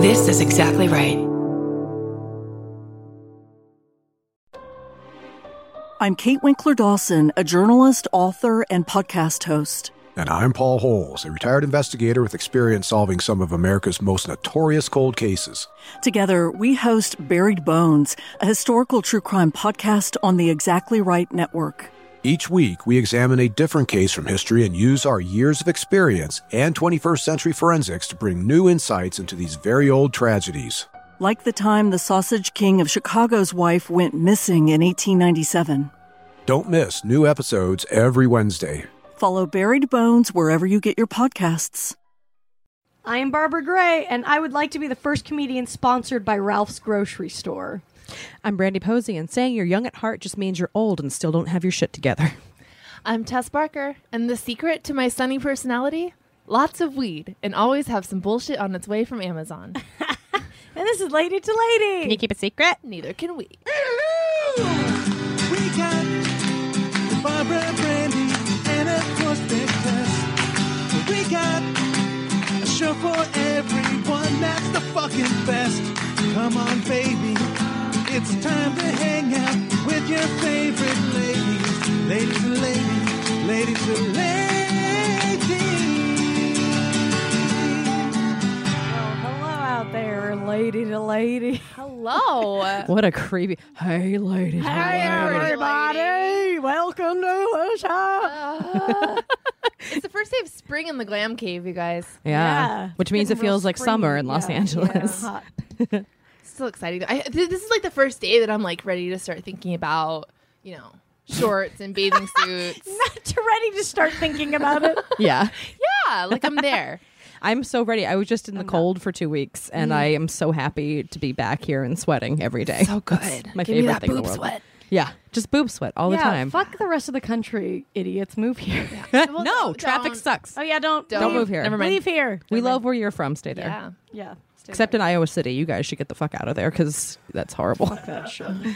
This is exactly right. I'm Kate Winkler Dawson, a journalist, author, and podcast host. And I'm Paul Holes, a retired investigator with experience solving some of America's most notorious cold cases. Together, we host Buried Bones, a historical true crime podcast on the Exactly Right Network. Each week, we examine a different case from history and use our years of experience and 21st century forensics to bring new insights into these very old tragedies. Like the time the sausage king of Chicago's wife went missing in 1897. Don't miss new episodes every Wednesday. Follow Buried Bones wherever you get your podcasts. I am Barbara Gray, and I would like to be the first comedian sponsored by Ralph's Grocery Store. I'm Brandy Posey, and saying you're young at heart just means you're old and still don't have your shit together. I'm Tess Barker, and the secret to my sunny personality? Lots of weed, and always have some bullshit on its way from Amazon. And this is Lady to Lady. Can you keep a secret? Neither can we. We got Barbara Brandy and of course Big Tess. We got a show for everyone that's the fucking best. Come on, baby. It's time to hang out with your favorite ladies. Ladies and ladies, ladies and ladies. Well, Oh, hello out there, Lady to Lady. Hello. What a creepy. Hey, lady. Hey, everybody. Welcome to the show. Uh, it's the first day of spring in the glam cave, you guys. Yeah. Yeah. Which means it Getting real feels like springy. summer in Los Yeah, Angeles. yeah, hot. So exciting. I, th- this is like the first day that I'm like ready to start thinking about, you know, shorts and bathing suits. Not too ready to start thinking about it. Yeah. yeah, like I'm there. I'm so ready. I Mm-hmm. was just in the cold for two weeks, and I am so happy to be back here and sweating every day. So good. That's my Give favorite me that thing in boob the world. sweat. Yeah. Just boob sweat all the yeah, time. fuck the rest of the country, idiots. Move here. Well, no, don't- traffic sucks. Oh, yeah, don't, Don't Don't leave. move here. Never mind. Leave here. We love where you're from. Stay there. Yeah. Yeah. Except in Iowa City, you guys should get the fuck out of there because that's horrible.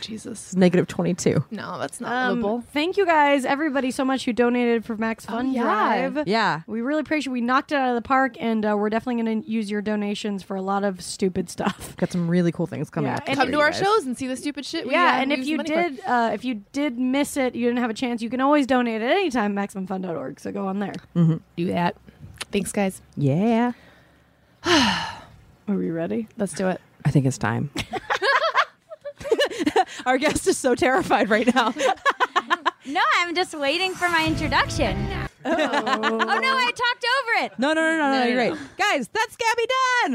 Jesus. It's negative 22. No, that's not livable. Um, thank you guys, everybody, so much who donated for Max Fun yeah. Drive. Yeah. We really appreciate. We knocked it out of the park, and uh, we're definitely going to use your donations for a lot of stupid stuff. Got some really cool things coming Yeah, up. and Come for to you our guys. shows and see the stupid shit. we, yeah, uh, and if use you money for. did, uh, if you did miss it, you didn't have a chance. You can always donate at any time, MaximumFun.org. So go on there. do that. Thanks, guys. Yeah. Are we ready? Let's do it. I think it's time. our guest is so terrified right now. No, I'm just waiting for my introduction. Oh, no, I talked over it. No, no, no, no, no, you're right. Guys, that's Gabby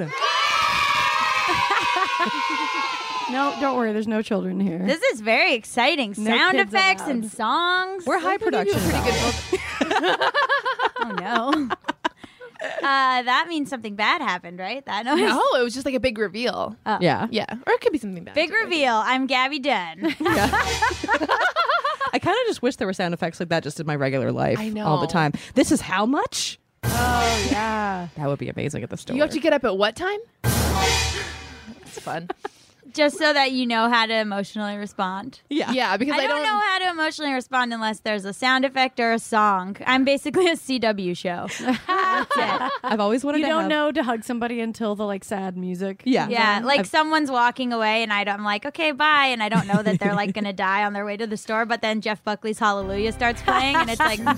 Dunn. No, don't worry. There's no children here. This is very exciting. No Sound kids effects allowed. and songs. We're high production. oh no. Uh, that means something bad happened, right? That noise. No, it was just like a big reveal. Yeah. yeah, or it could be something bad. Big reveal. I'm Gabby Dunn. I kind of just wish there were sound effects like that just in my regular life I all the know. time. This is how much? oh yeah. That would be amazing at the store. You have to get up at what time? That's fun. Just so that you know how to emotionally respond. yeah. Yeah, because I don't, know how to emotionally respond unless there's a sound effect or a song. I'm basically a CW show. That's it. I've always wanted You to don't have- know to hug somebody until the like sad music. Yeah. Yeah, like I've- someone's walking away, and I don't, I'm like, okay, bye, and I don't know that they're like gonna die on their way to the store, but then Jeff Buckley's Hallelujah starts playing, and it's like,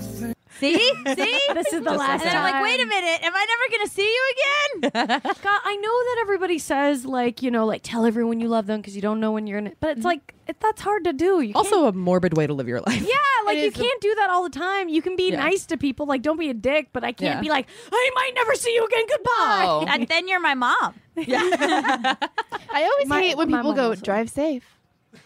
see, see, This is the and last then time. I'm like, wait a minute, am I never gonna see you again? God, uh, I know that everybody says like you know like tell everyone you love them because you don't know when you're in it, but Mm-hmm. it's like it, that's hard to do. You can't- also a morbid way to live your life. yeah, like It you is the- can't do that all the time. You can be Yeah. nice to people, like don't be a dick, but I can't Yeah. be like I might never see you again. Goodbye. Oh. and then you're my mom. I always My- hate when my people mom go also. drive safe.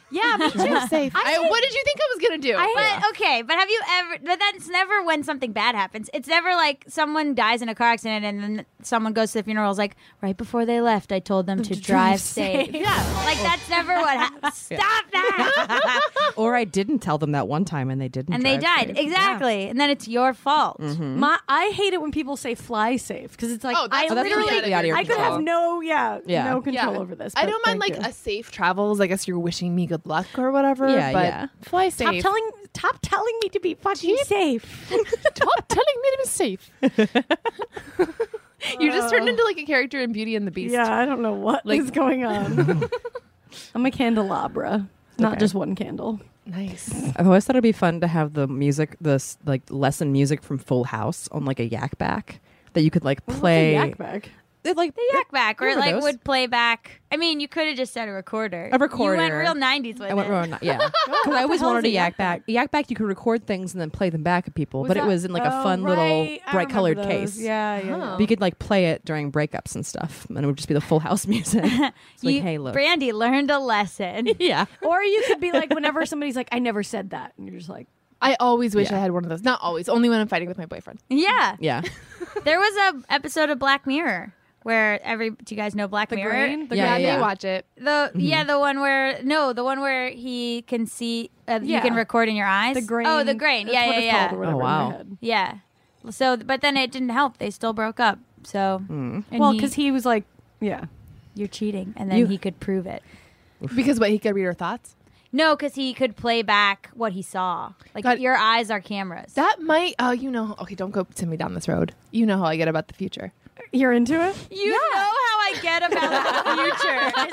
Yeah, me too. Drive safe. I, what did you think I was gonna do? But okay, but have you ever? But that's never when something bad happens. It's never like someone dies in a car accident and then someone goes to the funeral. Is like right before they left, I told them to drive safe. Yeah, like that's never what. hap Stop that. Or I didn't tell them that one time and they didn't. and they drive died safe. exactly, and then it's your fault. Mm-hmm. mm-hmm. My, I hate it when people say fly safe because it's like Oh, I that's that's literally completely out of your I could control. have no yeah, Yeah. no control Yeah. over this. I but don't mind thank like you. a safe travels. I guess you're wishing me good luck or whatever. Yeah, but yeah. Fly Stop safe. telling, stop telling me to be fucking safe. Stop telling me to be safe. You just turned into like a character in Beauty and the Beast. Yeah, I don't know what is going on. I'm a candelabra, not Okay. just one candle. Nice. I've always thought it'd be fun to have the music, this like lesson music from Full House on like a yak back that you could like play. Yak back. It, like The yak back, or Remember it, like those? would play back. I mean, you could have just said a recorder. A recorder. You went real '90s with I went it. wrong. Yeah, because I always wanted a yak back. Yak back, you could record things and then play them back at people, but it that- was in like a oh, fun right. I little bright colored remember those. case. Yeah, yeah. Huh. But you could like play it during breakups and stuff, and it would just be the Full House music. It's like, You- hey, look, Brandy learned a lesson. yeah, Or you could be like, whenever somebody's like, I never said that. And you're just like, I always wish Yeah. I had one of those. Not always. Only when I'm fighting with my boyfriend. yeah, yeah, there was a episode of Black Mirror where every. Do you guys know Black Mirror? green? Yeah, yeah, yeah, they yeah. watch it. The yeah, the one where no, the one where he can see. Uh, Yeah. You can record in your eyes. the grain. Oh, the grain. that's yeah, what yeah, it's yeah. called or whatever in wow. my head. Yeah. So, but then it didn't help. They still broke up. So, and Well, because he was like, yeah. you're cheating, and then You- he could prove it. Because what he could read her thoughts. No, because he could play back what he saw. Like God. your eyes are cameras. That might. Oh, you know. Okay, don't go send me down this road. You know how I get about the future. You're into it? you know how I get about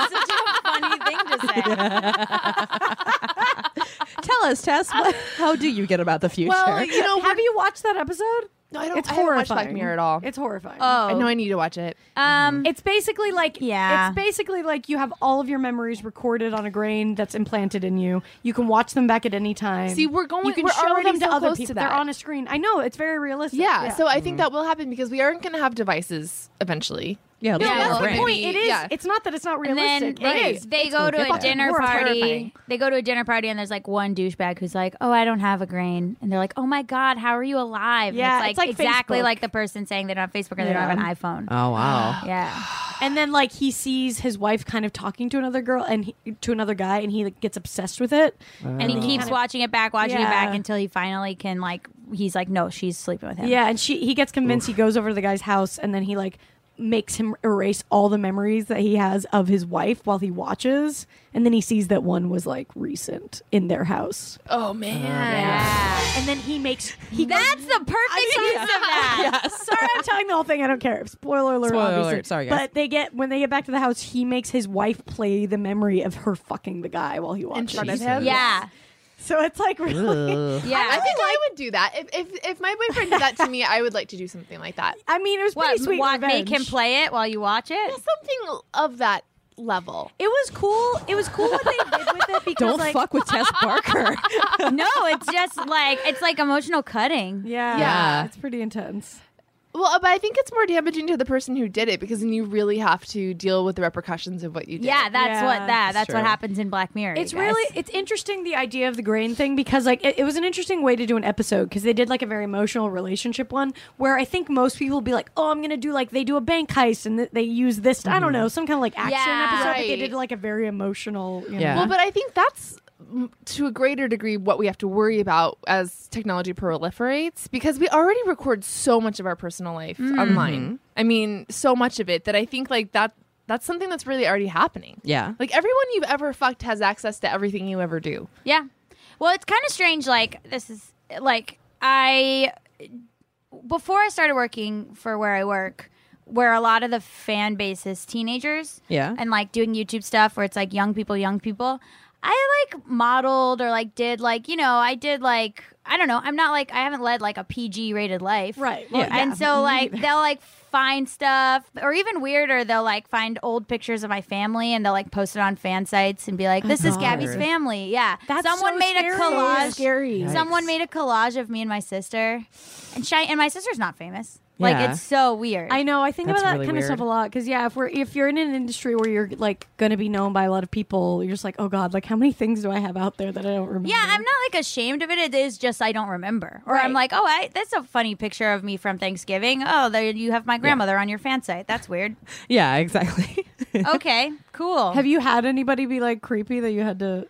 the future. It's such a funny thing to say. Tell us, Tess, what, how do you get about the future? Oh, you know. Have you watched that episode? No, I don't. It's I haven't watched horrifying. Black Mirror at all. Um, It's horrifying. I Oh, know I need to watch it. um, It's basically like Yeah. It's basically like you have all of your memories recorded on a grain that's implanted in you. You can watch them back at any time. See, we're going- You can we're show already them so to other close to people. that. They're on a screen. I know it's very realistic. Yeah, Mm-hmm. So I think that will happen because we aren't going to have devices eventually. yeah, No, look at that's your the brain. point. it is. Yeah. It's not that it's not and then realistic. it It is- is. they go to a fucking dinner horrifying. party. Terrifying. They go to a dinner party and there's like one douchebag who's like, "Oh, I don't have a grain," and they're like, "Oh my god, how are you alive?" And Yeah, it's it's like, like exactly Facebook. like the person saying they don't have Facebook or they don't Yeah. have an iPhone. Oh wow. yeah, And then like he sees his wife kind of talking to another girl and he, to another guy, and he like, gets obsessed with it. and he keeps watching it back, watching it back Yeah. until he finally can like. He's like, "No, she's sleeping with him." Yeah, and she he gets convinced. He goes over to the guy's house, and then he like makes him erase all the memories that he has of his wife while he watches, and then he sees that one was like recent in their house, Oh man. Yeah. and then he makes he. That's the perfect use of that. Sorry, I'm telling the whole thing. I don't care. Spoiler alert. Spoiler obviously. alert. Sorry, guys. But they get when they get back to the house, he makes his wife play the memory of her fucking the guy while he watches. front of him? Yeah. So it's like really. Ugh. Yeah. I think I would do that. If, if if my boyfriend did that to me, I would like to do something like that. I mean, it was what, pretty sweet. what make him revenge. play it while you watch it? Something of that level. It was cool. It was cool what they did with it because Don't like fuck with Tess Barker. no, it's just like it's like emotional cutting. yeah, Yeah. it's pretty intense. Well, uh, but I think it's more damaging to the person who did it because then you really have to deal with the repercussions of what you did. Yeah, that's what Yeah. that that's what true. happens in Black Mirror. It's you guys. really it's interesting the idea of the grain thing because like it, it was an interesting way to do an episode because they did like a very emotional relationship one where I think most people would be like, oh, I'm gonna do like they do a bank heist and th- they use this I Mm-hmm. don't know some kind of like action Yeah. episode. But they Right. did like a very emotional. You Yeah. know. Well, but I think that's mm, to a greater degree what we have to worry about as technology proliferates because we already record so much of our personal life online. I mean, so much of it that I think like that that's something that's really already happening. yeah. Like everyone you've ever fucked has access to everything you ever do. Yeah. Well, it's kind of strange. Like this is like I before I started working for where I work, where a lot of the fan base is teenagers. Yeah. And like doing YouTube stuff where it's like young people, young people. I like modeled or like did like you know I did like I don't know I'm not like I haven't led like a PG rated life Right, well, Yeah. and so like they'll like find stuff or even weirder they'll like find old pictures of my family and they'll like post it on fan sites and be like this is Gabby's family yeah That's someone so made scary. a collage Scary. someone made a collage of me and my sister and Shy and my sister's not famous like Yeah. it's so weird I know. I think That's about that really kind weird. of stuff a lot because yeah, if we're if you're in an industry where you're like going to be known by a lot of people, you're just like, oh god, like how many things do I have out there that I don't remember? Yeah, I'm not like ashamed of it. It is just I don't remember, or I'm like, oh, I that's a funny picture of me from Thanksgiving. Oh, there you have my grandmother on your fan site. That's weird. Yeah, exactly. okay, cool. Have you had anybody be like creepy that you had to?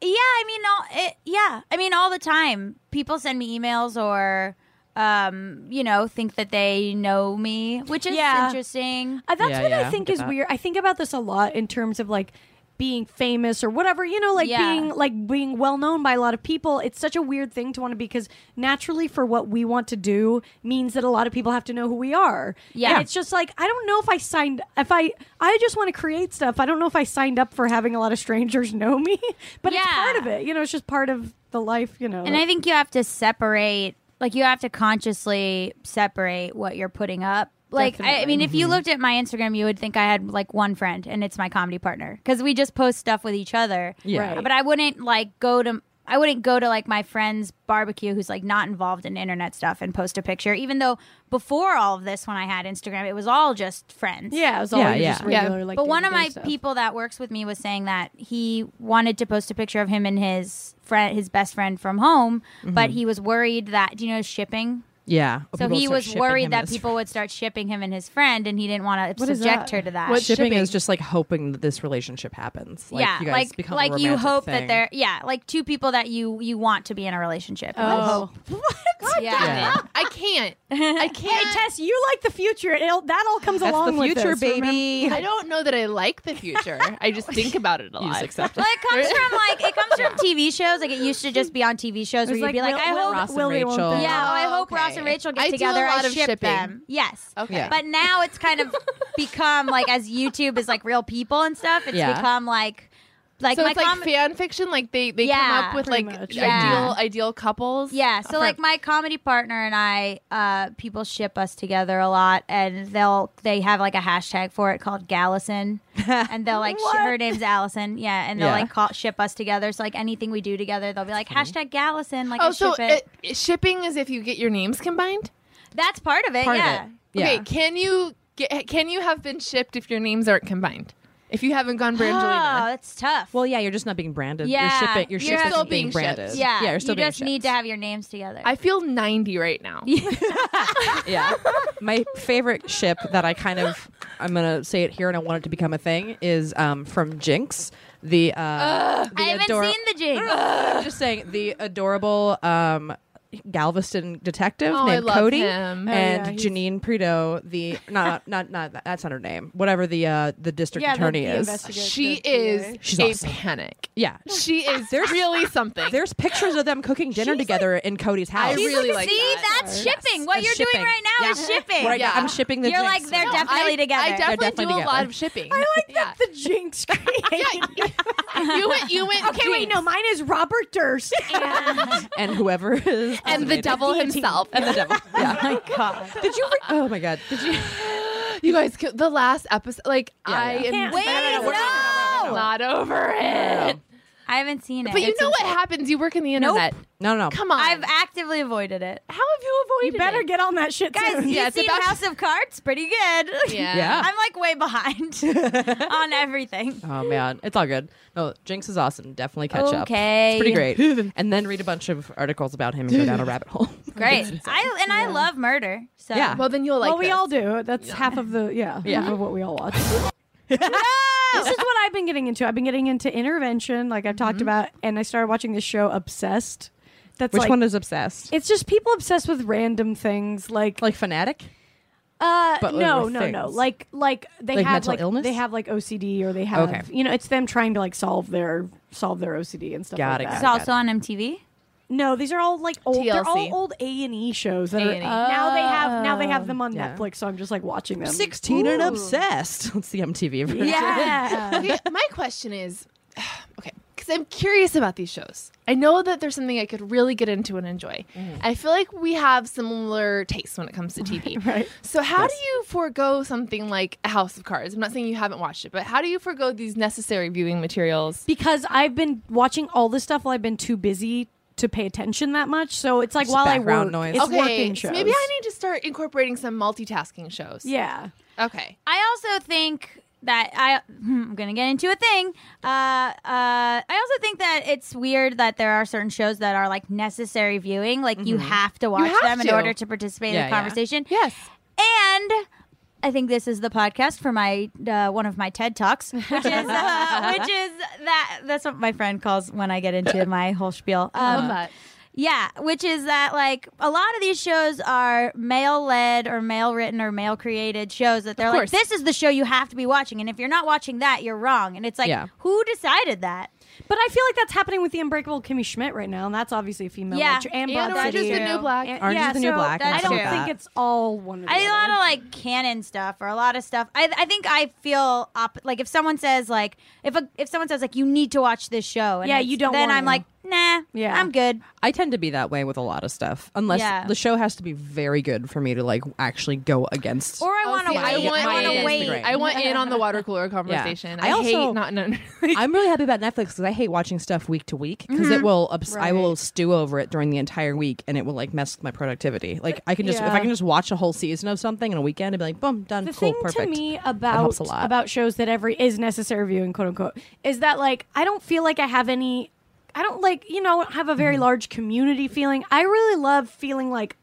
Yeah, I mean, all, it, yeah, I mean, all the time. People send me emails or, um, you know, think that they know me, which is Yeah. interesting. Uh, that's Yeah, what yeah, I think get is that. weird. I think about this a lot in terms of like being famous or whatever, you know, like Yeah. being like being well known by a lot of people. It's such a weird thing to want to be because naturally for what we want to do means that a lot of people have to know who we are. Yeah. And it's just like I don't know if I signed if I I just want to create stuff. I don't know if I signed up for having a lot of strangers know me, but it's Yeah. part of it. You know, it's just part of the life, you know. And I think you have to separate, like you have to consciously separate what you're putting up. Like, I, I mean, if you looked at my Instagram, you would think I had like one friend, and it's my comedy partner because we just post stuff with each other. Yeah. Right. But I wouldn't like go to. I wouldn't go to like my friend's barbecue who's like not involved in internet stuff and post a picture, even though before all of this, when I had Instagram, it was all just friends. yeah, it was all Yeah, your yeah. just Yeah. regular like But one of day-to-day my stuff. people that works with me was saying that he wanted to post a picture of him and his friend, his best friend from home, but he was worried that do you know shipping? Yeah. Mm-hmm. Oh, So people he start was shipping him worried that as- people would start shipping him and his friend, and he didn't want to What is subject that? her to that. What shipping, shipping- is just like hoping that this relationship happens. Like, yeah, you guys like become a like you romantic hope thing. that they're yeah, like two people that you you want to be in a relationship. Oh. What? Yeah. Yeah. I can't. I Hey, can't. Tess, you like the future. It'll, that all comes That's along the future, with this. remember? baby. I don't know that I like the future. I just think about it a lot. accept Well, it comes from like it comes from TV shows. Like it used to just be on TV shows where It's you'd be like, Will- I Will hope Ross and Willie won't Rachel. think- Yeah, oh, I Oh, hope Ross okay. and Rachel get I do a together. lot I of ship shipping. them. Yes. Okay. Yeah. But now it's kind of become like as YouTube is like real people and stuff. It's Yeah. become like like so my it's like com- fan fiction. Like they they Yeah, come up with like pretty much. Yeah. ideal ideal couples. yeah. So for- like my comedy partner and I, uh, people ship us together a lot, and they'll they have like a hashtag for it called Gallison, and they'll like sh- her name's Allison, yeah, and they'll Yeah. like call ship us together. So like anything we do together, they'll be like hashtag Gallison, like I oh, so ship it. it- shipping is if you get your names combined. That's part of it. Part yeah. of it. Yeah. Okay, can you get, can you have been shipped if your names aren't combined? If you haven't gone Brangelina. Oh, that's tough. Well, yeah, you're just not being branded. Yeah. You're shipping. You're, You're shipping still being, being shipped. branded. Yeah, You're still you being just shipped. need to have your names together. I feel 90 right now. yeah. My favorite ship that I kind of I'm gonna say it here and I want it to become a thing is um, from Jinx. The uh, the I haven't ador- seen the jinx. I'm just saying the adorable um, Galveston detective Oh, I named love Cody him. Oh, and yeah, he's- Janine Preto. The not not not that, that's not her name. Whatever the uh, the district Yeah, the- attorney the is. investigator. She the is She's a awesome. panic. Yeah. She is really something. There's pictures of them cooking dinner together in Cody's house. I really like See, that. that's shipping. What That's you're shipping. doing right now Yeah. is shipping. Right Yeah. now, I'm shipping the You're Jinx. like, they're No, definitely I, together. I definitely, definitely do a lot together. of shipping. I like that the jinx created. you went. You went. okay, wait, no, mine is Robert Durst. And and whoever is And the devil himself. and the devil. Yeah. my god. Did you? Re- oh my god. Did you? You guys, c- the last episode, like I yeah. am Can't- Wait, no, not over it. I haven't seen it. But you It's know in- what happens? You work in the internet. No, no, no. Come on, I've actively avoided it. how have you you avoided? better it? get on that shit Guys, soon. you Yeah, have it's seen about- House of Cards? Pretty good. Yeah. Yeah. I'm like way behind on everything. Oh man, it's all good. No, Jinx is awesome. Definitely catch up. Okay. It's pretty great. and then read a bunch of articles about him and go down a rabbit hole. Great. I and I love murder. So Yeah. Well, then you'll like. well, we this. all do. That's half of the yeah, Yeah. half of what we all watch. This is what I've been getting into. I've been getting into intervention, like I've talked about, and I started watching this show, Obsessed. That's Which like, one is obsessed? It's just people obsessed with random things, like like fanatic. Uh, But like no, with no, no. things. Like, like they Like have mental like illness? they have like OCD or they have Okay. you know it's them trying to like solve their solve their OCD and stuff. like Got it, that. It's got it. also on MTV. No, these are all like old. They're TLC. all old A and E shows that A&E. are now they have now they have them on Yeah. Netflix. So I'm just like watching them. Sixteen and obsessed. Let's see MTV. version. Yeah. Okay, my question is, okay, because I'm curious about these shows. I know that there's something I could really get into and enjoy. Mm. I feel like we have similar tastes when it comes to TV. right. So how do you forego something like a House of Cards? I'm not saying you haven't watched it, but how do you forego these necessary viewing materials? because I've been watching all this stuff while I've been too busy to pay attention that much. So it's like while I background work, noise. it's okay, working so shows. maybe I need to start incorporating some multitasking shows. Yeah. Okay. I also think that I hmm, I'm gonna get into a thing. Uh, uh, I also think that it's weird that there are certain shows that are like necessary viewing, like you have to watch have them in to. order to participate Yeah, yeah. in the conversation. Yes. And I think this is the podcast for my uh, one of my TED talks, which is uh, which is Uh-huh. that that's what my friend calls when I get into my whole spiel. Um, But Yeah, which is that like a lot of these shows are male led or male written or male created shows that they're like, course. this is the show you have to be watching. And if you're not watching that, you're wrong. And it's like, Yeah. who decided that? But I feel like that's happening with the Unbreakable Kimmy Schmidt right now, and that's obviously a female. Yeah. lecturer, and, And Broad Orange is City. the New Black. And- Orange is yeah, the New so Black and I stuff don't like think that. it's all one. Or the I, a lot other. of like canon stuff or a lot of stuff. I, I think I feel op- like if someone says like if a, if someone says like you need to watch this show, and Yeah, it's- you don't Then want I'm to. like, nah, Yeah. I'm good. I tend to be that way with a lot of stuff, unless Yeah. the show has to be very good for me to like actually go against. Or I Oh, want to see, I wait. want I want in. to wait. Great. I want in on the water cooler conversation. I, I also- hate not. No, I'm really happy about Netflix because I hate watching stuff week to week because it will obs- I will stew over it during the entire week and it will like mess with my productivity. Like I can just if I Yeah. can just watch a whole season of something in a weekend and be like, boom, done, the cool, thing perfect. to me helps about a lot. about shows that every is necessary viewing quote unquote is that like I don't feel like I have any I don't like you know have a very Mm-hmm. large community feeling. I really love feeling like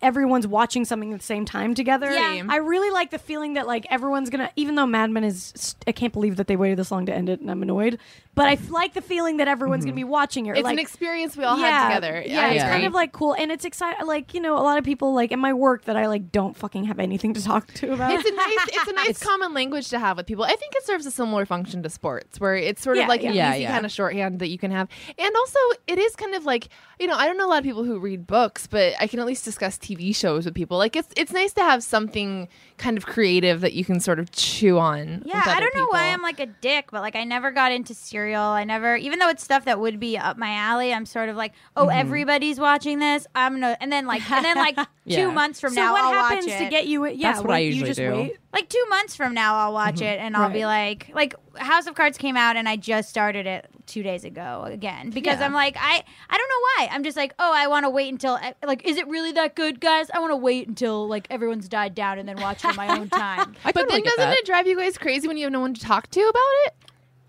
everyone's watching something at the same time together. Yeah. I really like the feeling that like everyone's gonna even though Mad Men is I can't believe that they waited this long to end it and I'm annoyed. But I f- like the feeling that everyone's Mm-hmm. gonna be watching it. or, it's like, an experience we all had together. yeah, I it's agree. kind of like cool, and it's exciting. Like you know, a lot of people like in my work that I like don't fucking have anything to talk to about. it's a nice it's a nice common language to have with people. I think it serves a similar function to sports where it's sort Yeah, of like an yeah. Yeah, easy yeah. kind of shorthand that you can have. And also it is kind of like, you know, I don't know a lot of people who read books, but I can at least discuss TV shows with people. Like it's it's nice to have something kind of creative that you can sort of chew on. Yeah, with I other don't know why people. I'm like a dick, but like I never got into cereal. I never, even though it's stuff that would be up my alley, I'm sort of like, oh, Mm-hmm. everybody's watching this. I'm gonna, and then like, and then like Yeah. two months from so now, what I'll happens watch it. to get you? Yeah, That's what well, I you usually just do. Wait. like two months from now, I'll watch Mm-hmm. it and I'll be like, like House of Cards came out and I just started it two days ago again because I'm like, I, I don't know why. I'm just like, oh, I want to wait until like, is it really that good, guys? I want to wait until like everyone's died down and then watch it on my own time. I But totally then get doesn't that. it drive you guys crazy when you have no one to talk to about it?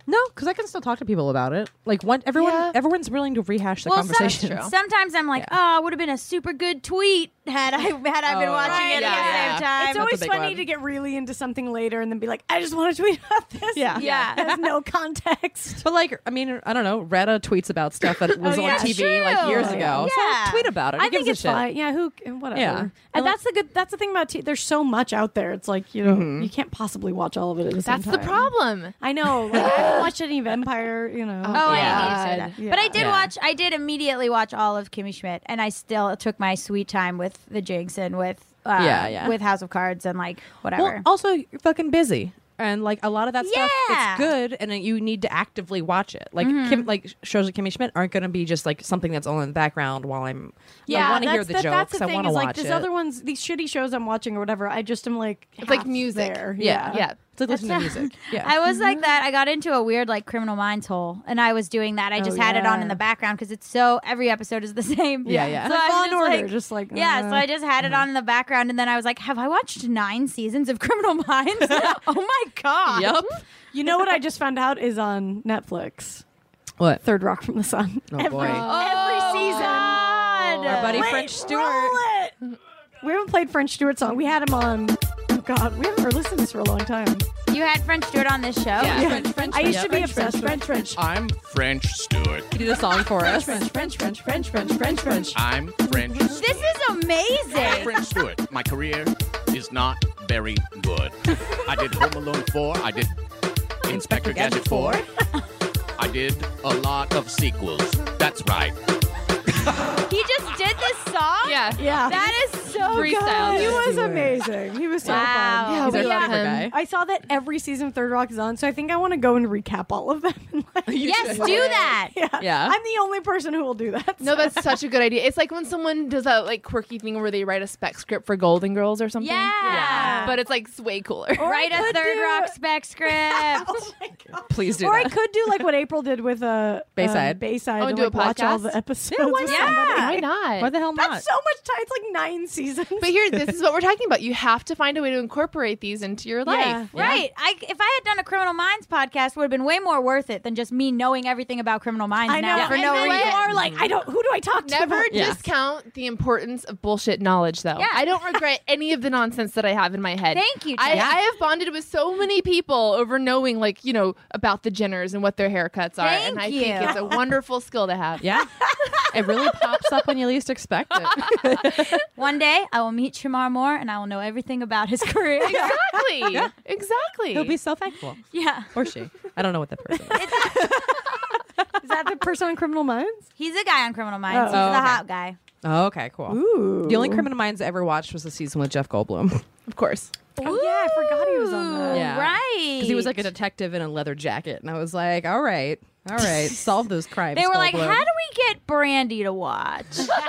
No, because I can still talk to people about it. Like one, everyone, Yeah. everyone's willing to rehash the Well, conversation. some- sometimes I'm like, oh, it would have been a super good tweet had I had I been Oh, watching right, it yeah, at the same yeah. time. It's always big funny one. to get really into something later and then be like, I just want to tweet about this. Yeah. Yeah. There's no context. But like, I mean, I don't know. Retta tweets about stuff that was Oh, yeah, on TV true. like years ago. Yeah. So tweet about it. I Who gives think a it's shit? fine. Yeah, who? and Whatever. Yeah. And, And, that's the good. That's the thing about. T- there's so much out there. It's like you know, Mm-hmm. you can't possibly watch all of it at the same That's time. the problem. I know. Like, I haven't watched any Vampire. You know. Oh, I Yeah. hated that. Yeah. But I did Yeah. watch. I did immediately watch all of Kimmy Schmidt, and I still took my sweet time with the Jinx and with uh, Yeah, yeah. with House of Cards and like Well, whatever. also, you're fucking busy. And like a lot of that stuff, Yeah. it's good, and then you need to actively watch it. Like Mm-hmm. Kim, like shows like Kimmy Schmidt aren't going to be just like something that's on in the background while I'm. I want to hear that's the the- jokes. That's the I thing want to is watch like these it. other ones, these shitty shows I'm watching or whatever. I just am like, It's like half music. there. yeah, Yeah. It's like listening to music. Yeah, I was Mm-hmm. like that. I got into a weird like Criminal Minds hole, and I was doing that. I Oh, just had it on in the background because it's so every episode is the same. Yeah, yeah. mm-hmm. So Like I was Law and just Order, like- just like, yeah. uh, So I just had it on in the background, and then I was like, "Have I watched nine seasons of Criminal Minds? oh my god! Yep. You know what I just found out is on Netflix. What? Third Rock from the Sun. Oh boy. Every season. Our buddy French Stewart. Roll it! We haven't played French Stewart's song. We had him on. Oh God, we haven't listened to this for a long time. You had French Stewart on this show. French, French, I used to be French, obsessed. French, French, I'm French Stewart. He did a song for us. French, French, French, French, French, French. I'm French Stewart. This is amazing. French Stewart. My career is not very good. I did Home Alone 4. I did Inspector Gadget 4. I did a lot of sequels. That's right. he just did this song. Yeah. Yeah, That is so Freestyle. he good. was amazing. He was so Wow. fun. Yeah, He's we our love favorite him. guy. I saw that every season of Third Rock is on, so I think I want to go and recap all of them. and, like- Yes, do that. yeah. Yeah. I'm the only person who will do that. No, that's such a good idea. It's like when someone does that like quirky thing where they write a spec script for Golden Girls or something. Yeah. But it's like s- way cooler. Write a third rock spec script. Please do or I that. could do like what April did with uh, Bayside. Um, Bayside. Oh, and do a like, watch all podcast? the episodes. Yeah, why with not? somebody. Why not? Why the hell not? That's so much time. It's like nine seasons. but here, this is what we're talking about. You have to find a way to incorporate these into your life. Right. I, if I had done a Criminal Minds podcast, would have been way more worth it than just me knowing everything about Criminal Minds I know. now for and no then reason. You are like, I don't. Who do I talk to? Never about- Yeah. discount the importance of bullshit knowledge, though. Yeah. I don't regret any of the nonsense that I have in my head. Thank you, I, Jen. I have bonded with so many people over knowing, like, you know, about the Jenners and what their haircuts are. Thank and I you. think it's a wonderful skill to have. Yeah. it really pops pops up when you least expect it. One day I will meet Shamar Moore and I will know everything about his career. yeah. Exactly. Exactly. He'll be so thankful. Or she. I don't know what that person is. Is that the person on Criminal Minds? He's a guy on Criminal Minds. He's Oh, the okay. hot guy. Oh, okay, cool. Ooh. The only Criminal Minds I ever watched was the season with Jeff Goldblum. of course. yeah, I forgot he was on that. Ooh, Yeah. Right. Because he was like a detective in a leather jacket. And I was like, all right, all right, solve those crimes. They were like, Goldblum. how do we get Brandy to watch? Put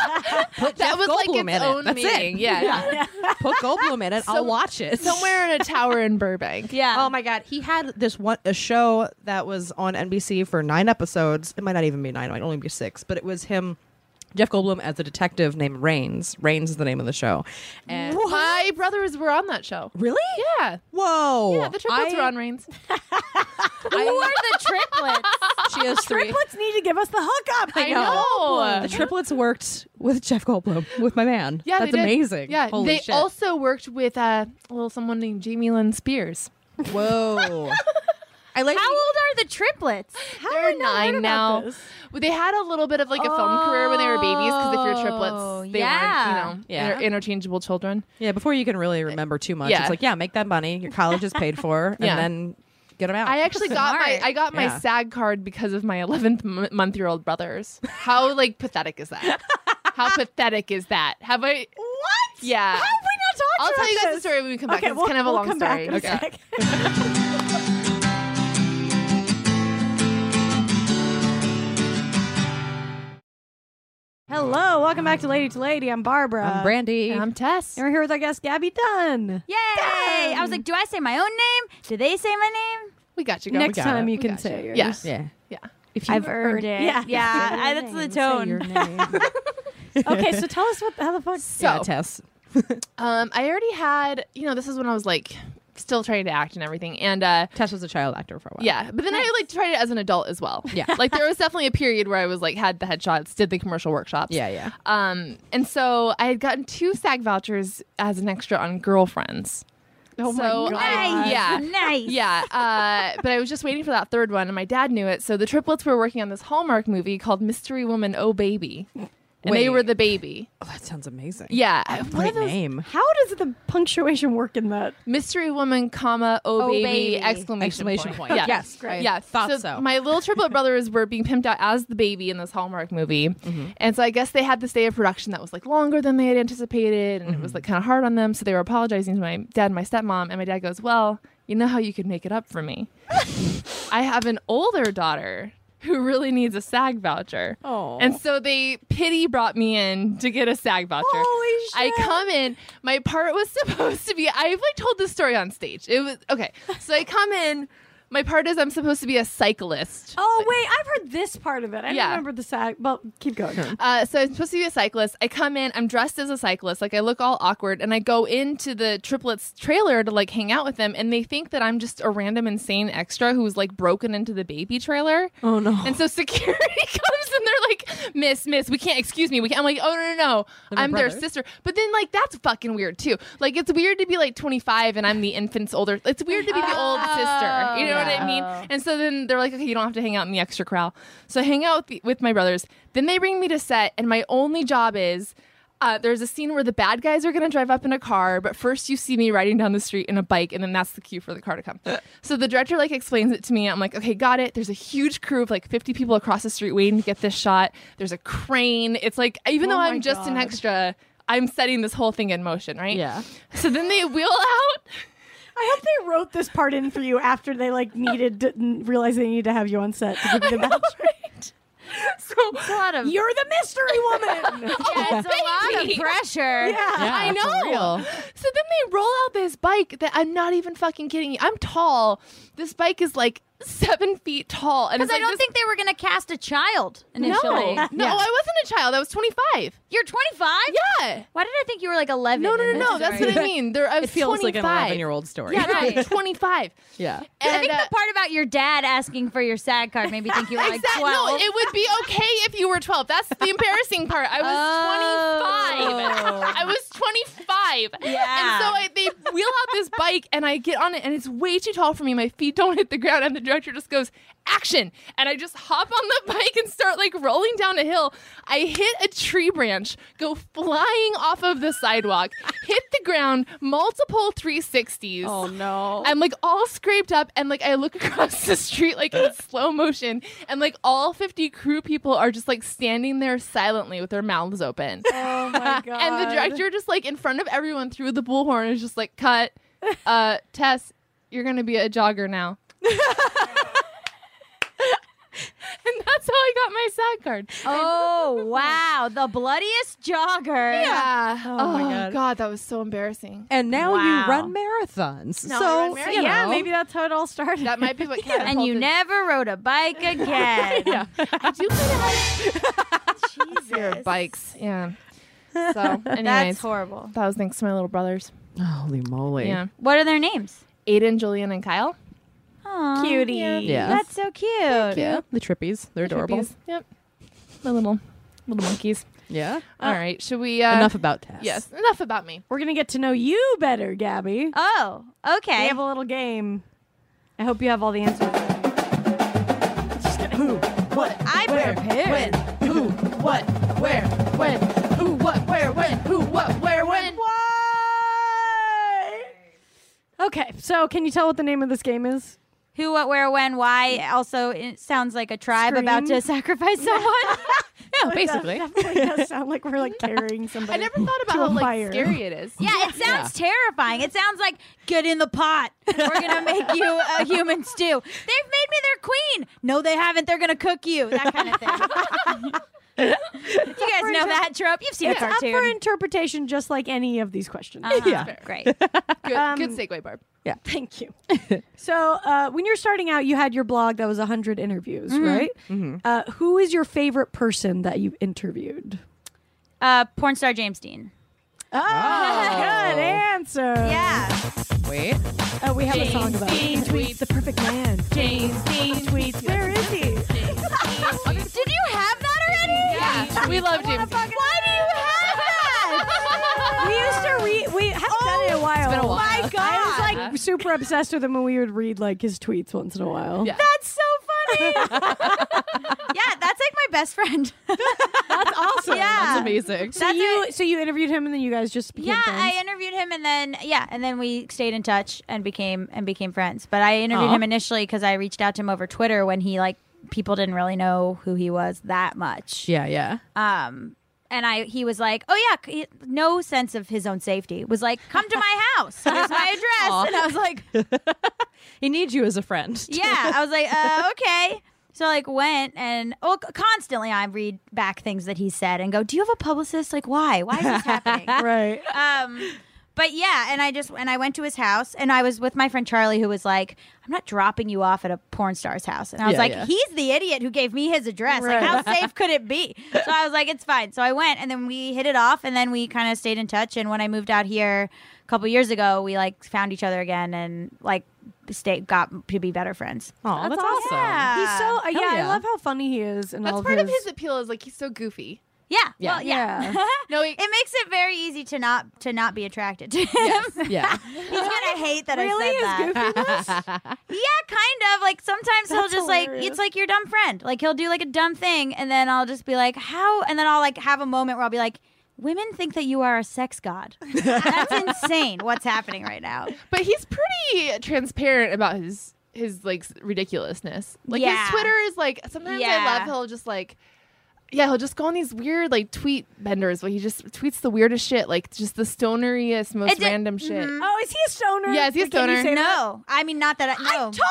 That Jeff was like Goldblum in its it. own That's it. meeting. Yeah. Put Goldblum in it. I'll Some- watch it. Somewhere in a tower in Burbank. yeah. Oh my god, he had this one a show that was on NBC for nine episodes. It might not even be nine; it might only be six. But it was him, Jeff Goldblum, as a detective named Rains. Rains is the name of the show. And My brothers were on that show. really? Yeah. Whoa! Yeah, the triplets I- were on Reigns. Who are the triplets? She has three. Triplets need to give us the hookup. I know. The triplets worked with Jeff Goldblum, with my man. Yeah, that's they did. amazing. Yeah, Holy they shit. also worked with uh, well, someone named Jamie Lynn Spears. Whoa. I like. How old are the triplets? They're nine now. Well, They had a little bit of like a film career when they were babies because if you're Oh, triplets, they yeah. weren't, you know, Yeah. inter- interchangeable children. yeah, before you can really remember too much, Yeah. it's like, yeah, make that money. Your college is paid for, Yeah. and then get them out. I actually got my Smart. I got my Yeah. SAG card because of my 11th m- month year old brothers. How like pathetic is that? How pathetic is that? Have I? What? Yeah. How have we I'll not talked about tell you guys the this? story when we come back. Okay, 'cause we'll, it's kind of a we'll long come story. back in a sec. Hello, welcome back to Lady to Lady. I'm Barbara. I'm Um, Brandy. I'm Tess. And we're here with our guest, Gabby Dunn. Yay! I was like, do I say my own name? Do they say my name? We got you. girl. Next We got time it. you We can got say yours. Yeah. yeah. Yeah. If I've earned it. Yeah. yeah. I- that's the tone. okay, so tell us what how the fuck. So Yeah, Tess. Um, I already had, you know, this is when I was like still trying to act and everything. And uh, Tess was a child actor for a while. yeah, but then I like tried it as an adult as well. Yeah. Like there was definitely a period where I was like had the headshots, did the commercial workshops. Yeah, yeah. Um, and so I had gotten two SAG vouchers as an extra on Girlfriends. Oh so God. I, Nice. yeah. Nice. Yeah, uh, but I was just waiting for that third one, and my dad knew it. So the triplets were working on this Hallmark movie called Mystery Woman Oh Baby, and they Wait. were the baby. Oh, that sounds amazing. Yeah, one Great of those name. How does the punctuation work in that? Mystery Woman, comma Oh, Oh, baby, baby. exclamation, Exclamation point. Yeah. Yes, I Right. Yeah, thought so. My little triplet brothers were being pimped out as the baby in this Hallmark movie, Mm-hmm. and so I guess they had this day of production that was like longer than they had anticipated, and it Mm-hmm. was like kind of hard on them. So they were apologizing to my dad and my stepmom, and my dad goes, "Well, you know how you could make it up for me? I have an older daughter." Who really needs a SAG voucher? Aw. And so they pity brought me in to get a SAG voucher. Holy shit. I come in. My part was supposed to be. I've like told this story on stage. It was okay. So I come in. My part is I'm supposed to be a cyclist. Oh wait, I've heard this part of it. I Yeah. don't remember the sag. Well, keep going. Uh, so I'm supposed to be a cyclist. I come in. I'm dressed as a cyclist. Like I look all awkward, and I go into the triplets trailer to like hang out with them, and they think that I'm just a random insane extra who's like broken into the baby trailer. Oh, no. And so security comes and they're like, "Miss, Miss, we can't excuse me. We can't." I'm like, "Oh no, no, no! They're my I'm their brothers. sister." But then like that's fucking weird too. Like it's weird to be like 25 and I'm the infant's older. It's weird to Uh, be the old sister. You know what I mean? And so then they're like, "Okay, you don't have to hang out in the extra crowd." So I hang out with, the, with my brothers. Then they bring me to set, and my only job is. Uh, there's a scene where the bad guys are going to drive up in a car, but first you see me riding down the street in a bike, and then that's the cue for the car to come. so the director like explains it to me. I'm like, okay, got it. There's a huge crew of like 50 people across the street waiting to get this shot. There's a crane. It's like even though I'm just an extra, I'm setting this whole thing in motion, right? Yeah. So then they wheel out. I hope they wrote this part in for you after they like needed didn't realize they needed to have you on set to give you the voucher. So A lot of, You're the mystery woman. Oh yeah, it's a lot of baby. pressure. yeah. Yeah, I for know. real. So then they roll out this bike that I'm not even fucking kidding you. I'm tall. This bike is like seven feet tall, and Because it's I like don't this- think they were going to cast a child No, initially. no, I wasn't a child. I was 25. You're 25? Yeah. Why did I think you were like 11? No, no, no, in no. this That's story? what I mean. There, I was It feels 25. like an 11 year old story. Yeah, no, Right. 25. Yeah. I think uh, the part about your dad asking for your SAG card made me think you were like exact- 12. No, it would be okay if you were 12. That's the embarrassing part. I was Oh. 25. I was 25. Yeah. And so I, they wheel out this bike and I get on it and it's way too tall for me. My feet don't hit the ground. I'm the director just goes, action. And I just hop on the bike and start like rolling down a hill. I hit a tree branch, go flying off of the sidewalk, hit the ground, multiple 360s. Oh no. I'm like all scraped up, and like I look across the street like in slow motion, and like all 50 crew people are just like standing there silently with their mouths open. Oh my god! And the director, just like in front of everyone through the bullhorn, is just like, cut. Uh, Tess, you're going to be a jogger now. and that's how I got my SAG card. Oh wow, the bloodiest jogger. Yeah. Oh, my God. that was so embarrassing. and now Wow. you run marathons. Now so I run you marathons. yeah, know. maybe that's how it all started. That might be what And you never rode a bike again. Yeah. I do kind of like Jesus. bikes. Yeah. So, anyways, That's horrible. that was thanks to my little brothers. Holy moly. Yeah. What are their names? Aiden, Julian, and Kyle. Aw, Cutie. Yeah. That's so cute. Yeah. The trippies. They're adorable. Puppies. Yep. The little little monkeys. Yeah. All right. Should we uh, Enough about Tess. Yes. Enough about me. We're gonna get to know you better, Gabby. Oh, okay. We have a little game. I hope you have all the answers. I where, When? Who? What? Where? When? Who? What? Where? When? Who? What? Where? When? Okay, so can you tell what the name of this game is? Who, what, where, when, why also it sounds like a tribe about Scream. to sacrifice someone. Yeah, basically. That definitely does sound like we're like carrying somebody. I never thought about To a how like fire. scary it is. yeah, it sounds terrifying. It sounds like get in the pot. We're gonna make you a human stew. They've made me their queen. No, they haven't. They're gonna cook you. That kind of thing. you guys know that trope. You've seen it's a up cartoon. for interpretation, just like any of these questions. Uh-huh. Yeah. great. Good, Um, good segue, Barb. Thank you. so, uh, when you're starting out, you had your blog that was 100 interviews, Mm-hmm. right? Uh, who is your favorite person that you interviewed? Uh, porn star James Dean. Oh, good answer. Yeah. Wait. Uh, we have a song about Dean it. tweets the perfect man. James Dean tweets. Where is he? Did you have that already? Yeah, we love James. Why do you have that? We used to read. We haven't done it in a while. been a while. My I was like super obsessed with him when we would read like his tweets once in a while. Yeah. That's so funny. yeah, that's like my best friend. that's awesome. Yeah. That's amazing. So you so you interviewed him and then you guys just became yeah, friends. I interviewed him and then yeah, and then we stayed in touch and became and became friends. But I interviewed him initially because I reached out to him over Twitter when he like people didn't really know who he was that much. Yeah, yeah. Um, and I he was like, oh yeah, c- he- no sense of his own safety. Was like, come to my house. Here's my address. And I was like, He needs you as a friend. yeah, I was like, uh, okay. So I, like went and well, c- constantly I read back things that he said and go, do you have a publicist? Like, why? Why is this happening? right. um but yeah and i just and i went to his house and i was with my friend charlie who was like i'm not dropping you off at a porn star's house and i was Yeah, like yeah. he's the idiot who gave me his address like how safe could it be so i was like it's fine so i went and then we hit it off and then we kind of stayed in touch and when i moved out here a couple years ago we like found each other again and like stay got to be better friends Oh, that's, awesome. Yeah. He's so uh, yeah, yeah. I love how funny he is and That's all part his, of his appeal is like he's so goofy. yeah, Yeah. well yeah, No, he, it makes it very easy to not to not be attracted to him Yeah. he's gonna hate that i really said that his goofiness. Yeah, kind of. Like sometimes he'll That's just like hilarious. it's like your dumb friend. Like he'll do like a dumb thing, and then I'll just be like, "How?" And then I'll like have a moment where I'll be like, "Women think that you are a sex god. That's insane. What's happening right now?" but he's pretty transparent about his his like s- ridiculousness. Like Yeah. his Twitter is like sometimes Yeah. I love he'll just like yeah he'll just go on these weird like tweet benders where he just tweets the weirdest shit like just the stoneriest most It did- random shit. Mhm. oh, is he a stoner? Yeah, is he a Like, can you stoner? say that? No, I mean not that. I, I no. told you.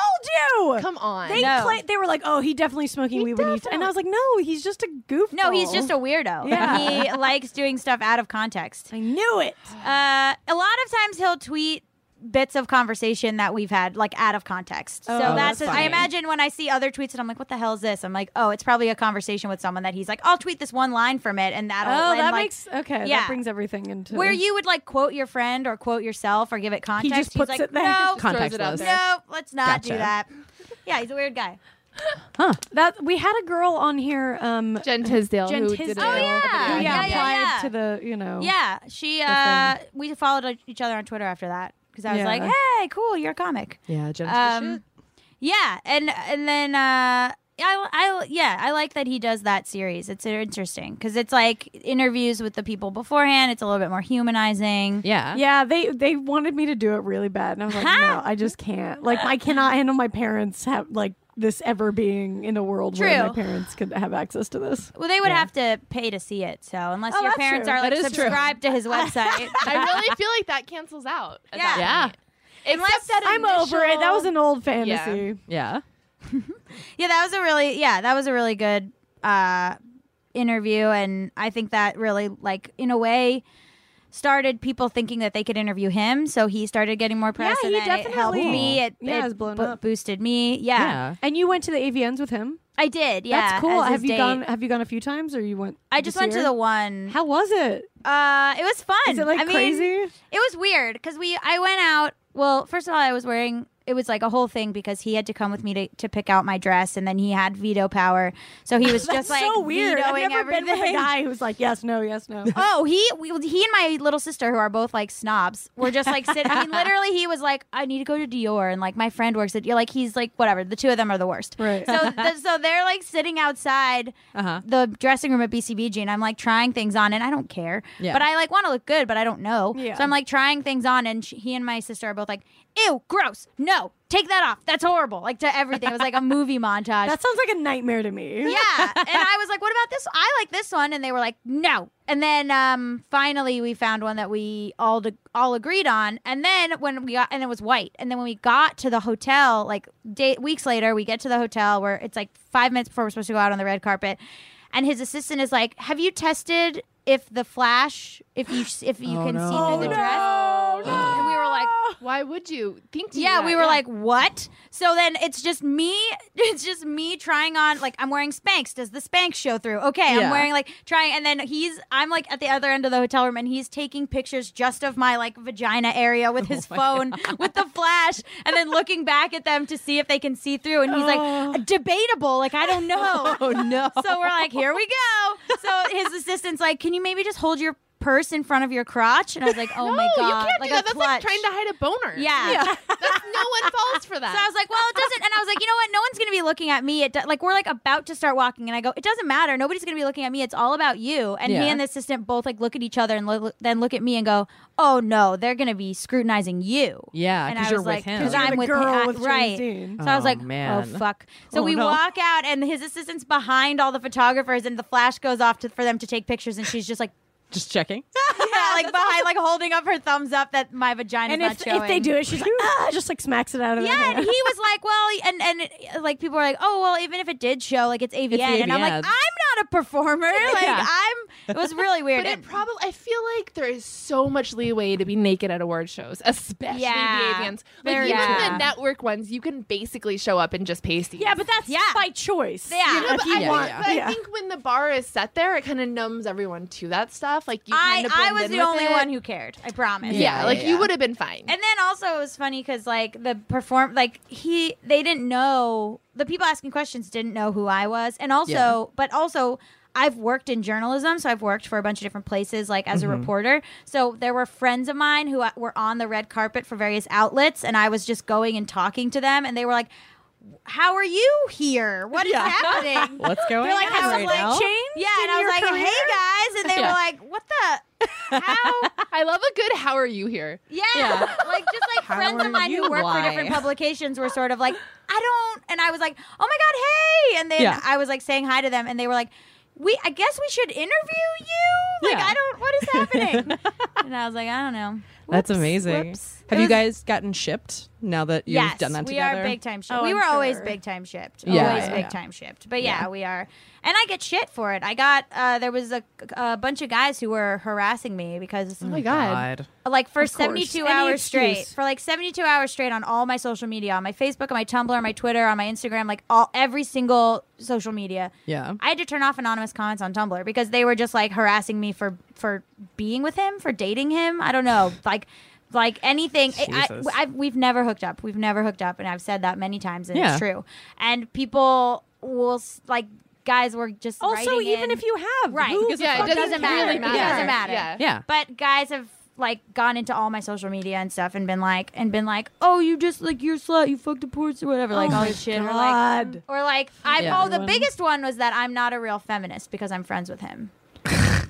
Oh, Come on. they No. play, they were like, "Oh, he definitely smoking weed when he's," and I was like, "No, he's just a goof." no, he's just a weirdo. Yeah. He likes doing stuff out of context. I knew it. Uh, a lot of times he'll tweet bits of conversation that we've had like out of context. Oh, so that's, I imagine when I see other tweets and I'm like, what the hell is this? I'm like, oh, it's probably a conversation with someone that he's like, I'll tweet this one line from it, and that'll. Oh, and, that like, makes okay. yeah. That brings everything into where you would like quote your friend or quote yourself or give it context. just he's puts like, it there. no, throws Context it out list. there. no, let's not do Gotcha. that. Yeah, he's a weird guy. that. We had a girl on here. Um, Jen Tisdale. Jen who did Tisdale. it. Oh, yeah, yeah. Yeah, yeah, applied to the you know. Yeah, she. uh We followed like, each other on Twitter after that because I was Yeah. like, hey, cool, you're a comic. Yeah, Jen. Um, Yeah, and and then uh, I I yeah I like that he does that series. It's interesting because it's like interviews with the people beforehand. It's a little bit more humanizing. Yeah. Yeah, they they wanted me to do it really bad, and I'm like, no, I just can't. Like, I cannot handle my parents have like this ever being in a world where my True. parents could have access to this. Well, they would have to pay to see it. So unless Oh, your that's parents true. are like That is true. subscribed to his website, I really feel like that cancels out. at Yeah. that Yeah. point. Except Unless- that I'm over it. That initial- was an old fantasy. Yeah. yeah, that was a really yeah that was a really good uh, interview, and I think that really like in a way started people thinking that they could interview him. So he started getting more press. Yeah, and he then it helped definitely- me. It, Yeah, it it's blown bo- up. boosted me. Yeah. Yeah. And you went to the AVNs with him. I did. Yeah, That's cool. as his Have you date. gone? Have you gone a few times, or you went? I this just went to year? the one. How was it? Uh, it was fun. Is it like I mean, crazy? It was weird because we I went out. Well, first of all, I was wearing it was like a whole thing because he had to come with me to, to pick out my dress, and then he had veto power, so he was just like so weird. I've vetoing never everything. been with a guy who's like, yes, no, yes, no. Oh, he we, he and my little sister, who are both like snobs, were just like sitting. I mean, literally, he was like, "I need to go to Dior," and like my friend works at. You're like, he's like, whatever. The two of them are the worst. Right. So, th- so they're like sitting outside Uh-huh. the dressing room at BCBG, and I'm like trying things on, and I don't care. Yeah. But I like want to look good, but I don't know. Yeah. So I'm like trying things on, and sh he and my sister are both like, "Ew, gross! No, take that off. That's horrible!" Like to everything. It was like a movie montage. that sounds like a nightmare to me. Yeah. And I was like, what about this? I like this one. And they were like, no. And then um, finally we found one that we all de- all agreed on. And then when we got, and it was white. And then when we got to the hotel, like day, weeks later, we get to the hotel where it's like five minutes before we're supposed to go out on the red carpet. And his assistant is like, have you tested if the flash, if you if you can see through the dress? And we were like, Why would you think? To do yeah, that? we were like, what? So then it's just me. It's just me trying on. Like I'm wearing Spanx. Does the Spanx show through? Okay, Yeah. I'm wearing like trying. And then he's. I'm like at the other end of the hotel room, and he's taking pictures just of my like vagina area with Oh his phone with the flash, and then looking back at them to see if they can see through. And he's Oh. like, debatable. Like I don't know. Oh no. So we're like, here we go. So his assistant's like, can you maybe just hold your purse in front of your crotch? And I was like, oh no, my god, you can't like do that. a That's clutch. like trying to hide a boner. yeah. That's, no one falls for that. So I was like, well, it doesn't. And I was like, you know what? No one's going to be looking at me. It do- like we're like about to start walking, and I go, it doesn't matter. Nobody's going to be looking at me. It's all about you. And Yeah. he and the assistant both like look at each other and lo- then look at me and go, oh no, they're going to be scrutinizing you. Yeah, and 'cause I you're was with like, him. because You're I'm the with girl him, with James right? Dean. So I was Oh, like, man. oh fuck. So Oh, we no. walk out, and his assistant's behind all the photographers, and the flash goes off to, for them to take pictures, and she's just like. Just checking. Yeah, like behind, like holding up her thumbs up that my vagina's And not if, showing. if they do it, she's like, ah, just like smacks it out of Yeah, their and he hand. was like, well, and and uh, like people were like, oh, well, even if it did show, like it's AVN, and I'm like, AVN. I'm not a performer. Like I'm. It was really weird. but it And- probably. I feel like there is so much leeway to be naked at award shows, especially Yeah. the Avians. Like There- even yeah. the network ones, you can basically show up in just pasties. Yeah, but that's Yeah. by choice. Yeah. No, but, if you I, want. Think, but yeah. I think when the bar is set there, it kind of numbs everyone to that stuff. Like you, I kinda I blend was in the with only it. one who cared. I promise. Yeah, yeah, like you yeah. would have been fine. And then also it was funny because like the perform like he they didn't know the people asking questions didn't know who I was and also Yeah. but also I've worked in journalism so I've worked for a bunch of different places like as a reporter so there were friends of mine who uh, were on the red carpet for various outlets and I was just going and talking to them and they were like how are you here what is happening What's going They're like, on "Has right it, like, now? Change yeah and I in was like your career? hey guys and they Yeah. were like what the how I love a good "How are you here?" yeah. Like just like friends are of mine you? who work Why? for different publications were sort of like, I don't and I was like, Oh my god, hey and then Yeah. I was like saying hi to them and they were like, We I guess we should interview you. Like Yeah. I don't what is happening? and I was like, I don't know. That's Whoops, amazing. whoops. Have It you was- guys gotten shipped now that you've yes, done that we together? are big time shipped. Oh, we I'm were always sure. big time shipped. Yeah, always yeah, big yeah. time shipped. But yeah, we are. And I get shit for it. I got uh, there was a, a bunch of guys who were harassing me because Oh my god. like for course. 72 Any hours excuse. straight for like 72 hours straight on all my social media on my facebook on my tumblr on my twitter on my instagram like all every single social media Yeah. i had to turn off anonymous comments on tumblr because they were just like harassing me for for being with him for dating him i don't know like like anything It- Jesus. I, have we've never hooked up we've never hooked up and i've said that many times and Yeah. it's true and people will s- like guys were just Also, writing even in- if you have, Right. who gives Because a Yeah, it fuck? doesn't, doesn't matter. really It matter. doesn't matter. Yeah. Yeah. But guys have like gone into all my social media and stuff and been like and been like, oh, you just like you're slut, you fucked a porn star, whatever, like all this shit, or like, God. or like, I Yeah. oh, the biggest one was that I'm not a real feminist because I'm friends with him.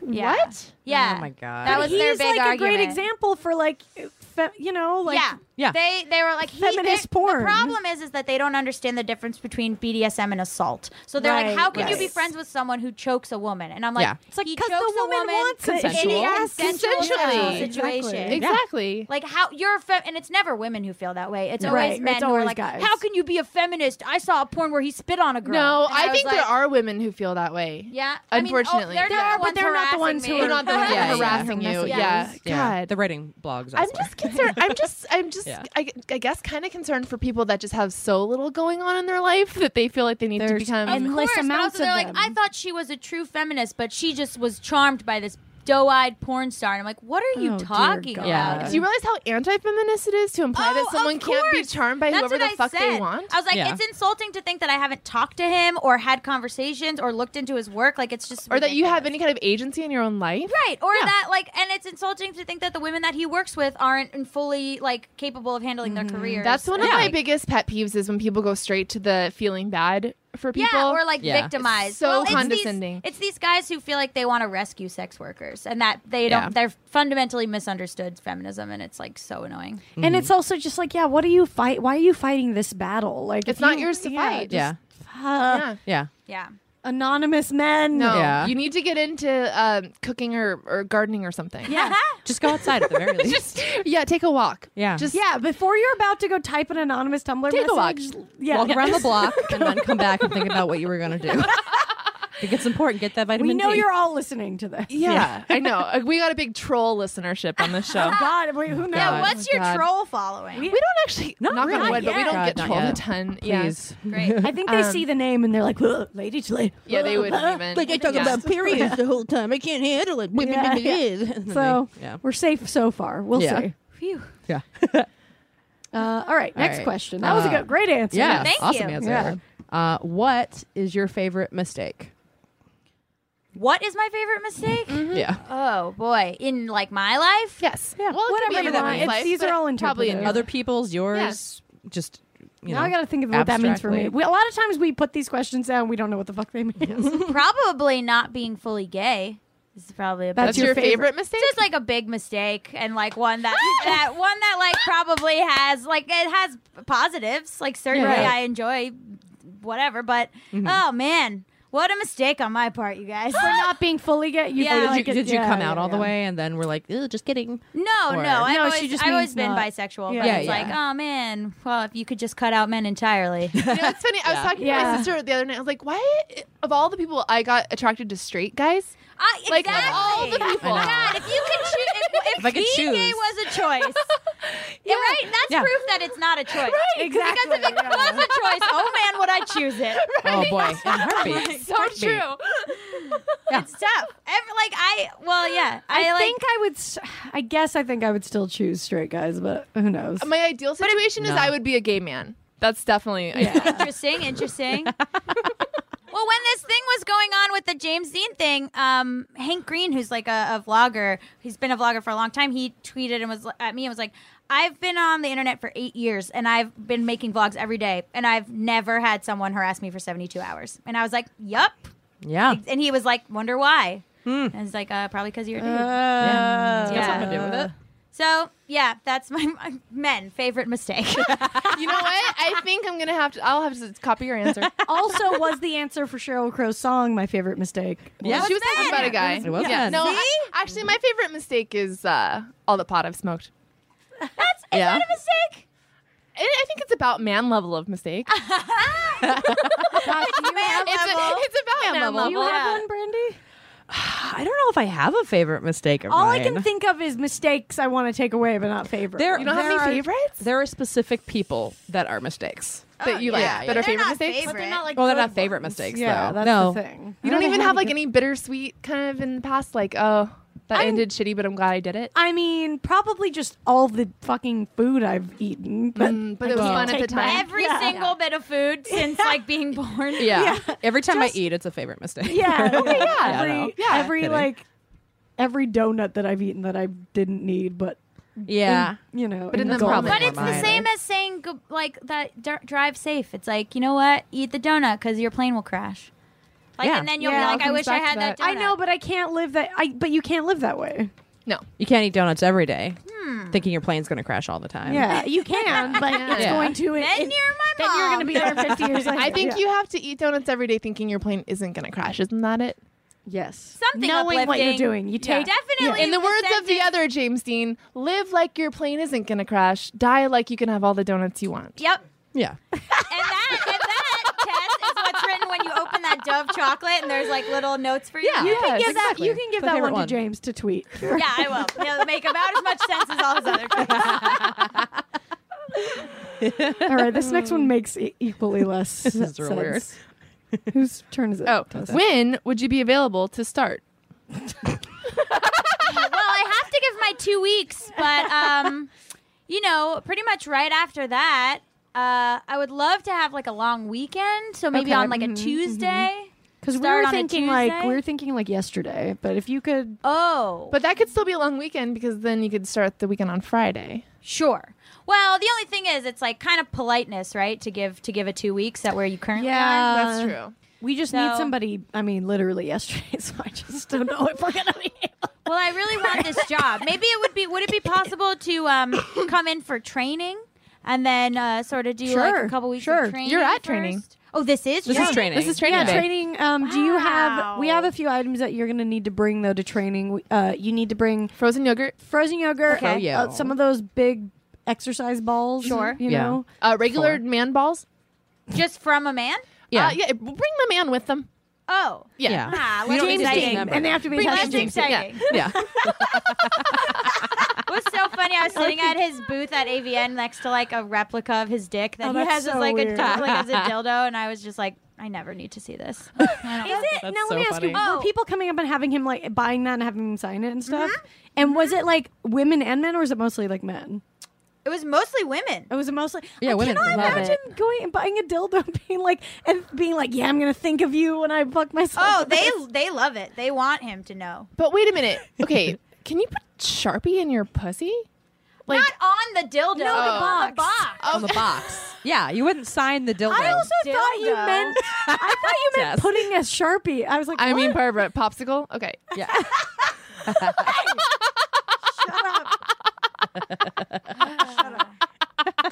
yeah. What? Yeah. Oh my God. That But was He's their big like argument. a great example for like, fe- you know, like yeah, Yeah. They they were like he- Feminist they- porn. The problem is, is that they don't understand the difference between BDSM and assault. So they're Right, like, how can you be right. friends with someone who chokes a woman? And I'm like, Yeah. it's like he 'cause the chokes a woman woman wants it. in Consensual. a Yeah, consensual consensually. sexual situation. Exactly. Exactly. Like how you're a fem- and it's never women who feel that way. It's Right, always it's men who always are like, guys. how can you be a feminist? I saw a porn where he spit on a girl. No, And I, was think like, there are women who feel that way. Yeah, I mean, oh, Unfortunately. they're There not are, the ones they're not the harassing ones who me. are- They're not the ones Yeah, yeah. harassing Yeah. you. Yeah. Yeah. Yeah. God. The writing blogs. I'm also. just concerned. I'm just, I'm just, Yeah. I, I guess, kind of concerned for people that just have so little going on in their life that they feel like they need to There's- become. and- Of endless course, but amounts also of they're like, them. I thought she was a true feminist, but she just was charmed by this doe-eyed porn star. And I'm like, what are you Oh, dear talking God. about? Yeah. do you realize how anti-feminist it is to imply Oh, that someone of can't be course. charmed by That's whoever the what I fuck they said. want? I was like, Yeah. it's insulting to think that I haven't talked to him or had conversations or looked into his work. Like, it's just or that you have ridiculous. any kind of agency in your own life? Right, or that like, and it's insulting to think that the women that he works with aren't in fully like capable of handling their careers. Mm-hmm. That's one of Yeah. my biggest pet peeves is when people go straight to the feeling bad for people. Yeah, or like Yeah. victimized. It's so Well, it's condescending. These, it's these guys who feel like they want to rescue sex workers, and that they don't. Yeah. They're fundamentally misunderstood feminism, and it's like so annoying. and it's also just like, yeah, what are you fight? Why are you fighting this battle? Like, It's you- not yours to yeah, fight. just- Yeah. uh, yeah. Yeah. Yeah, anonymous men. No, Yeah. you need to get into um, cooking or, or gardening or something. Yeah. Just go outside at the very least. yeah, take a walk. Yeah. just Yeah, before you're about to go type an anonymous Tumblr Take a walk. message, yeah, Walk around the block and then come back and think about what you were going to do. I think it's important. Get that vitamin we know D. you're all listening to this. Yeah, I know. Uh, We got a big troll listenership on this show. Oh, God, wait, who knows? yeah. What's your troll following? We don't actually Not knock really. on wood, but we Not don't yet. get God, not trolled a yet. ton. Please. Great. I think they see the name and they're like, "Ugh, "Lady Slay." Yeah, they wouldn't even. Like I talk Yeah. about periods the whole time. I can't handle it. Yeah, So Yeah. we're safe so far. We'll Yeah. see. Phew. Yeah. Uh, all right, next right. question. That was a Uh, good, great answer. Yeah. Thank awesome you. answer. Yeah. Uh, what is your favorite mistake? What is my favorite mistake? Yeah. Oh boy, in like my life. Yes. Yeah. Well, whatever you want. It's- these are all probably in interpretive. your Other people's, yours, just, you know. now I got to think of what that means for me. abstractly. We, a lot of times we put these questions down, we don't know what the fuck they mean. Probably not being fully gay. This is probably a That's That's your, your favorite, favorite. mistake. just like a big mistake and like one that that one that like probably has like it has positives like certainly Yeah. i enjoy whatever but oh man what a mistake on my part you guys For not being fully gay, you Yeah, feel Did, like you, it- did you yeah, come out yeah, all the yeah. way and then we're like, "Ew, just kidding? no Or- no i've No, always, she just I've means always been not- bisexual but Yeah, it's yeah. like oh man well if you could just cut out men entirely Uh, You know, it's funny. I was talking to Yeah. my sister the other night. I was like, why, of all the people, I got attracted to straight guys? I, Like, exactly. Oh of all the people. I know. God, if you could choose, if, if, If I could being gay choose. was a choice, yeah, right. That's Yeah. proof that it's not a choice. Exactly. Because if it was a choice, oh man, would I choose it? Oh boy, in a heartbeat. So true. It's tough. Every, like I, well, yeah, I, I, like. think I would. s- I guess I think I would still choose straight guys, but who knows? My ideal situation is No. I would be a gay man. That's definitely. interesting, interesting. well, when this thing was going on with the James Dean thing, um, Hank Green, who's like a, a vlogger, he's been a vlogger for a long time, he tweeted and was at me and was like, I've been on the internet for eight years and I've been making vlogs every day and I've never had someone harass me for 72 hours. And I was like, Yup. Yeah. And he was like, Wonder why. And I was like, uh, Probably because you're a dude. yeah. Yeah. Something to do with it. so, yeah, that's my, my men favorite mistake. you know what? I think I'm gonna have to. I'll have to copy your answer. also, was the answer for Cheryl Crow's song my favorite mistake? Yeah. she was talking about a guy. It was Yeah. men. No, I- actually, my favorite mistake is uh, all the pot I've smoked. that's is Yeah. that a mistake? And I think it's about man level of mistake. God, do you have, It's, a- it's about man, level. do you have yeah. one, Brandy? I don't know if I have a favorite mistake of All mine. I can think of is mistakes I want to take away, but not favorite. There, You don't have there any are- favorites? There are specific people that are mistakes. that you like yeah, that yeah. are favorite They're not mistakes. favorite. But they're not, like well, they're not favorite mistakes yeah, though. that's no, the thing. You don't even have like any bittersweet kind of in the past, like oh that I'm- ended shitty, but I'm glad I did it. I mean, probably just all the fucking food I've eaten. But Mm, but it was can't fun at take the time. back. Every Yeah. single bit of food since like being born. Yeah. Every time I eat, it's a favorite mistake. Yeah. Okay, yeah. I Every, know. every Kidding. like every donut that I've eaten that I didn't need, but Yeah. you know, But in the gulp. moment. But it's the Minor. same as saying go- like that d- drive safe. It's like you know what, eat the donut because your plane will crash. Like Yeah. and then you'll Yeah, be it like, I comes wish I back to had that. that. donut. I know, but I can't live that. I but you can't live that way. You can't eat donuts every day, thinking your plane's going to crash all the time. Yeah, you can, but Yeah. it's Yeah. going to. Then you're it- my then you're going to mom. be there 50 years later. I think Yeah. you have to eat donuts every day thinking your plane isn't going to crash. Isn't that it? yes. something knowing what you're uplifting. doing. You take Definitely. In the words of the sentence- other James Dean, live like your plane isn't going to crash, die like you can have all the donuts you want. Yep. Yeah. And that, and that Tess, is what's written when you open that Dove chocolate, and there's like little notes for you. Yeah. You can Yes, give that. You exactly. can give My that favorite one to one. James to tweet. Yeah, I will. It'll make about as much sense as all his other tweets. All right, this next one makes e- equally less. This is real sense. Whose turn is it? Oh, when would you be available to start? well, I have to give my two weeks, but um, you know, pretty much right after that, uh, I would love to have like a long weekend, so maybe Okay, on like a mhm, Mm-hmm. Tuesday. because we start were on a thinking like Tuesday? we were thinking like yesterday, but if you could, Oh, But that could still be a long weekend because then you could start the weekend on Friday. sure. Well, the only thing is, it's like kind of politeness, right? To give to give it two weeks that where you currently are. That's true. we just So- need somebody. I mean, literally yesterday, so I just don't know if we're gonna be. able- Well, I really want this job. Maybe it would be would it be possible to um, come in for training and then uh, sort of do like Sure, a couple weeks sure. of training? You're at first? training. Oh, this is This is training. This is training. Yeah, Yeah. training. Um, do you have? We Wow. have a few items that you're gonna need to bring though to training. We- Uh, you need to bring Frozen yogurt, frozen yogurt. Okay. Froyo. uh, some of those big exercise balls. Sure. You Yeah. know. uh, regular man balls. Just from a man? Yeah. Uh, yeah. Bring the man with them. Oh. Yeah. Ah, You don't less need to take exciting. them. And they have to be Less touching things. exciting. Yeah. It was so funny. I was sitting at his booth at AVN next to like a replica of his dick that Oh, he that's has as so like a weird. like as a dildo, and I was just like, I never need to see this. I don't- Is it That's now? so let me ask you: funny. Were Oh. people coming up and having him like buying that and having him sign it and stuff? Mm-hmm. And was it like women and men, or was it mostly like men? It was mostly women. It was mostly. Yeah, I women cannot love imagine going and buying a dildo, being like, and being like, "Yeah, I'm gonna think of you when I fuck myself." Oh, they they love it. They want him to know. But wait a minute. Okay. can you put Sharpie in your pussy? Like, Not on the dildo. the No, The box. On the box. Yeah. You wouldn't sign the dildo. I also thought you Dildo. meant. I thought you meant Yes. putting a sharpie. I was like, I mean, "What? Barbara, popsicle. Okay. Yeah. All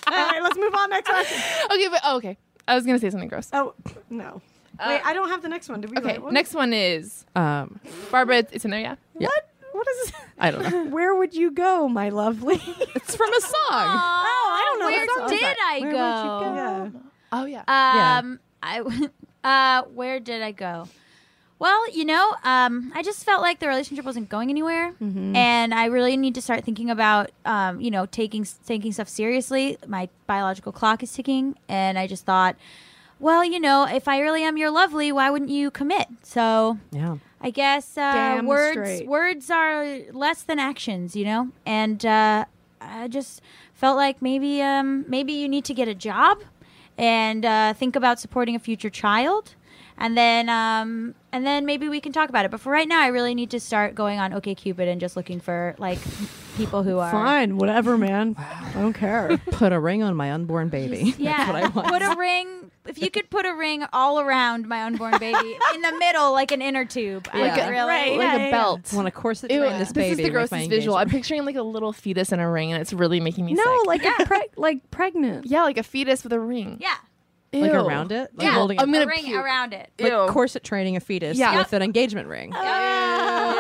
right, let's move on next question. Okay. But oh, okay. I was gonna say something gross. Oh no, wait, I don't have the next one. Did we? Okay. write one? Next one is Um, Barbara. It's, it's in there. Yeah. What? What is? I don't know. Where would you go, my Oh, lovely? It's from a song. I Oh, don't know Oh, Where what song did that- I Where go? would you go? Oh yeah. Um, I w- uh, where did I go? Well, you know, um, I just felt like the relationship wasn't going anywhere, and I really need to start thinking about, um, you know, taking taking stuff seriously. My biological clock is ticking, and I just thought, well, you know, if I really am your lovely, why wouldn't you commit? So Yeah. I guess uh, Damn words straight. words are less than actions, you know. And uh, I just felt like maybe um, maybe you need to get a job and uh, think about supporting a future child, and then um, and then maybe we can talk about it. But for right now, I really need to start going on OkCupid and just looking for like people who are Fine, whatever, man. I don't care. Put a ring on my unborn baby. Yeah, That's what I want. put a ring. If you could put a ring all around my unborn baby in the middle, like an inner tube, I Like would a- really like a belt. I want to corset Ew, train this baby. is the and make my grossest visual. I'm engagement picturing like a little fetus in a ring, and it's really making me no, sick. like a preg- like pregnant. yeah, like a fetus with a ring. yeah, Like Ew. around it. Like Yeah. holding I'm it. a gonna ring puke. around it. Like Ew. corset training a fetus Yeah. with an engagement ring. Ah.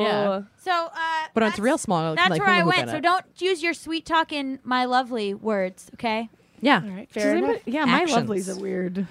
Yeah. So, uh, But it's that's- real small. That's like where I hula hoop went. in So it. don't use your sweet talking, my lovely words. Okay. Yeah. All right, Does fair anybody- enough. yeah, my Actions. lovely's a weird.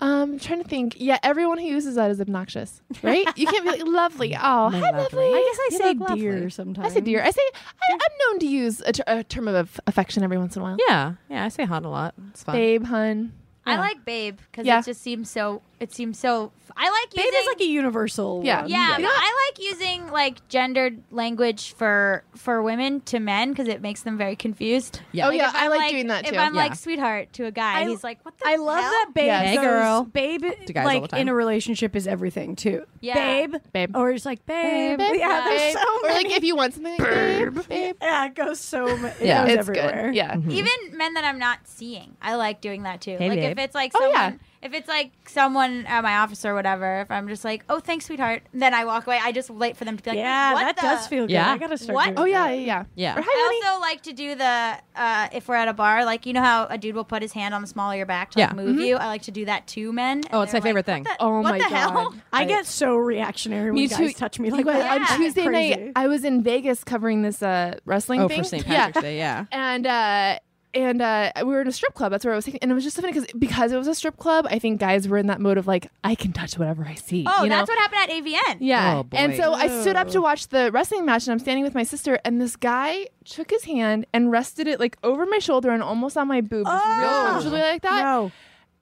Um, I'm trying to think. Yeah, everyone who uses that is obnoxious, right? you can't be like lovely. Oh, hi, Mm. lovely. lovely. I guess I You say look lovely. dear sometimes. I say dear. I say I, I'm known to use a, ter- a term of aff- affection every once in a while. Yeah. Yeah. I say hot a lot. It's fun. Babe, hun. I like babe because Yeah. it just seems so It seems so. I like using. Babe is like a universal. Yeah. one. yeah, but I like using like gendered language for for women to men because it makes them very confused. Yeah. Oh, Like, yeah, if I I'm, like doing that, If too. I'm Yeah. like sweetheart to a guy, I- he's like, "What the I love hell? that babe. Yes. Hey, goes- girl. Babe, To guys all the like time. in a relationship is everything too. Yeah. Babe, Babe. or it's like babe. Babe, Yeah, there's babe. so or many. like if you want something, like, babe, babe. yeah, it goes so. mu- It Yeah. goes It's everywhere. good. Mm-hmm. Yeah. Even men that I'm not seeing, I like doing that too. Hey, like babe. if it's like Oh, someone, yeah. if it's like someone at my office or whatever, if I'm just like, "Oh, thanks, sweetheart," then I walk away. I just wait for them to be like, Yeah, "What that the-" does feel good. Yeah. I gotta start. What? doing Oh yeah, that. yeah, yeah. Yeah. Or hi, honey. I also like to do the uh, if we're at a bar, like you know how a dude will put his hand on the smaller of your back to like, Yeah. move you. I like to do that to men. Oh, and it's my they're favorite like, thing. What the, Oh what my the God. hell? I get so reactionary Me when too. guys touch me like You guys, that. Yeah. On Tuesday Crazy. night, I was in Vegas covering this uh, wrestling Oh, thing. for St. Patrick's yeah. Day. Yeah. and uh and uh we were in a strip club that's where i was taking and it was just so funny because because it was a strip club i think guys were in that mode of like i can touch whatever i see Oh, you know? that's what happened at AVN. yeah Oh, boy. and so i stood up to watch the wrestling match and i'm standing with my sister and this guy took his hand and rested it like over my shoulder and almost on my boob just Oh. real comfortably like that No.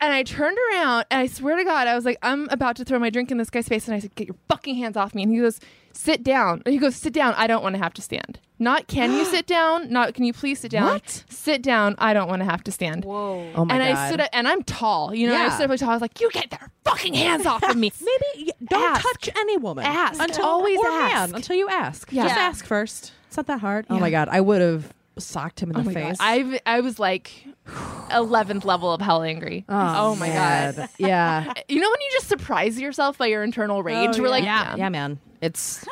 and i turned around and i swear to god i was like i'm about to throw my drink in this guy's face and i said get your fucking hands off me and he goes sit down and he goes sit down i don't want to have to stand not can you sit down not can you please sit down What? sit down i don't want to have to stand Whoa. Oh my and god. I stood up, and I'm tall, you know. and I Yeah. stood up really tall. I was like, "You get their fucking hands off of me!" Maybe y- don't Ask. touch any woman. Ask. Until, Always or ask. man, until you ask. Yeah. Just Yeah. ask first. It's not that hard. Oh my god, I would have socked him in oh the my god, face. I I was like, eleventh level of hell angry. Oh, my god. yeah. You know when you just surprise yourself by your internal rage? We're like, yeah. Yeah, man. It's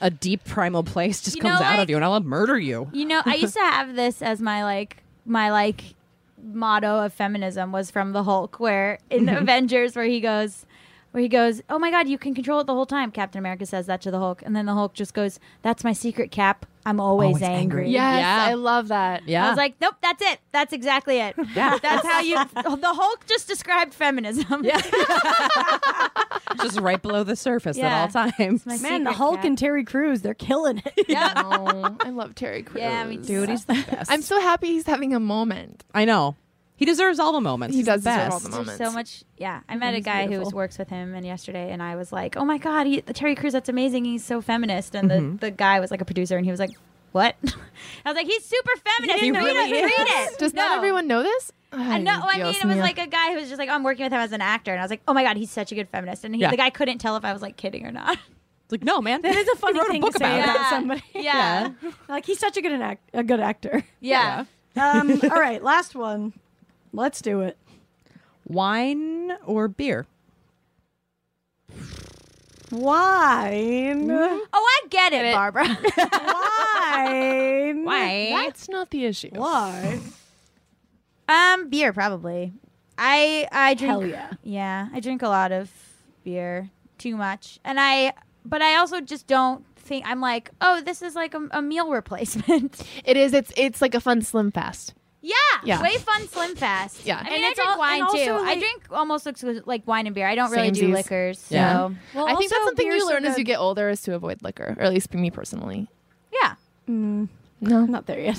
a deep primal place just You comes know, out of like- you and I'll murder you. You know, I used to have this as my like my like motto of feminism was from the Hulk, where in Avengers, where he goes, where he goes, "Oh my God, you can control it the whole time." Captain America says that to the Hulk, and then the Hulk just goes, "That's my secret, Cap. I'm always, Always angry." angry. Yes, Yeah. I love that. Yeah. I was like, nope, that's it. That's exactly it. Yeah. That's how you. The Hulk just described feminism. Yeah. just right below the surface Yeah. at all times. Man, the Hulk and Terry Crews, they're killing it. Oh, I love Terry Crews. Yeah, me too. Dude, he's the best. I'm so happy he's having a moment. I know. He deserves all the moments. He He's the does deserve all the best. moments. There's so much. Yeah, I met a guy who was, works with him, and yesterday, and I was like, "Oh my god, he, Terry Crews, that's amazing. He's so feminist." And the, the guy was like a producer, and he was like, "What?" I was like, "He's super feminist. He no, really you don't is. read it. Does no. not everyone know this? I know. I mean, Dios it was mío. like a guy who was just like, "Oh, "I'm working with him as an actor," and I was like, "Oh my god, he's such a good feminist." And he, Yeah. the guy couldn't tell if I was like kidding or not. It's like, no, man. That is a funny wrote a thing book to say about about that. somebody. Yeah. Like he's such a good an act- a good actor. yeah. Um, all right, last one. Let's do it. Wine or beer? Wine. Oh, I get it, Barbara. Wine. Why? That's not the issue. Why? Um, beer probably. I I drink. Hell yeah. Yeah, I drink a lot of beer, too much, and I. But I also just don't think I'm like, oh, this is like a, a meal replacement. It is. It's it's like a fun slim fast. yeah, Yeah. way fun, slim fast. Yeah. I And mean, I it's drink al- wine and too. also, I like- drink almost exclu- like wine and beer. I don't really do Samesies. liquors, so Yeah. yeah. Well, I think that's also, something beer's you so learn as you good. get older is to avoid liquor, or at least me personally. No. I'm not there yet.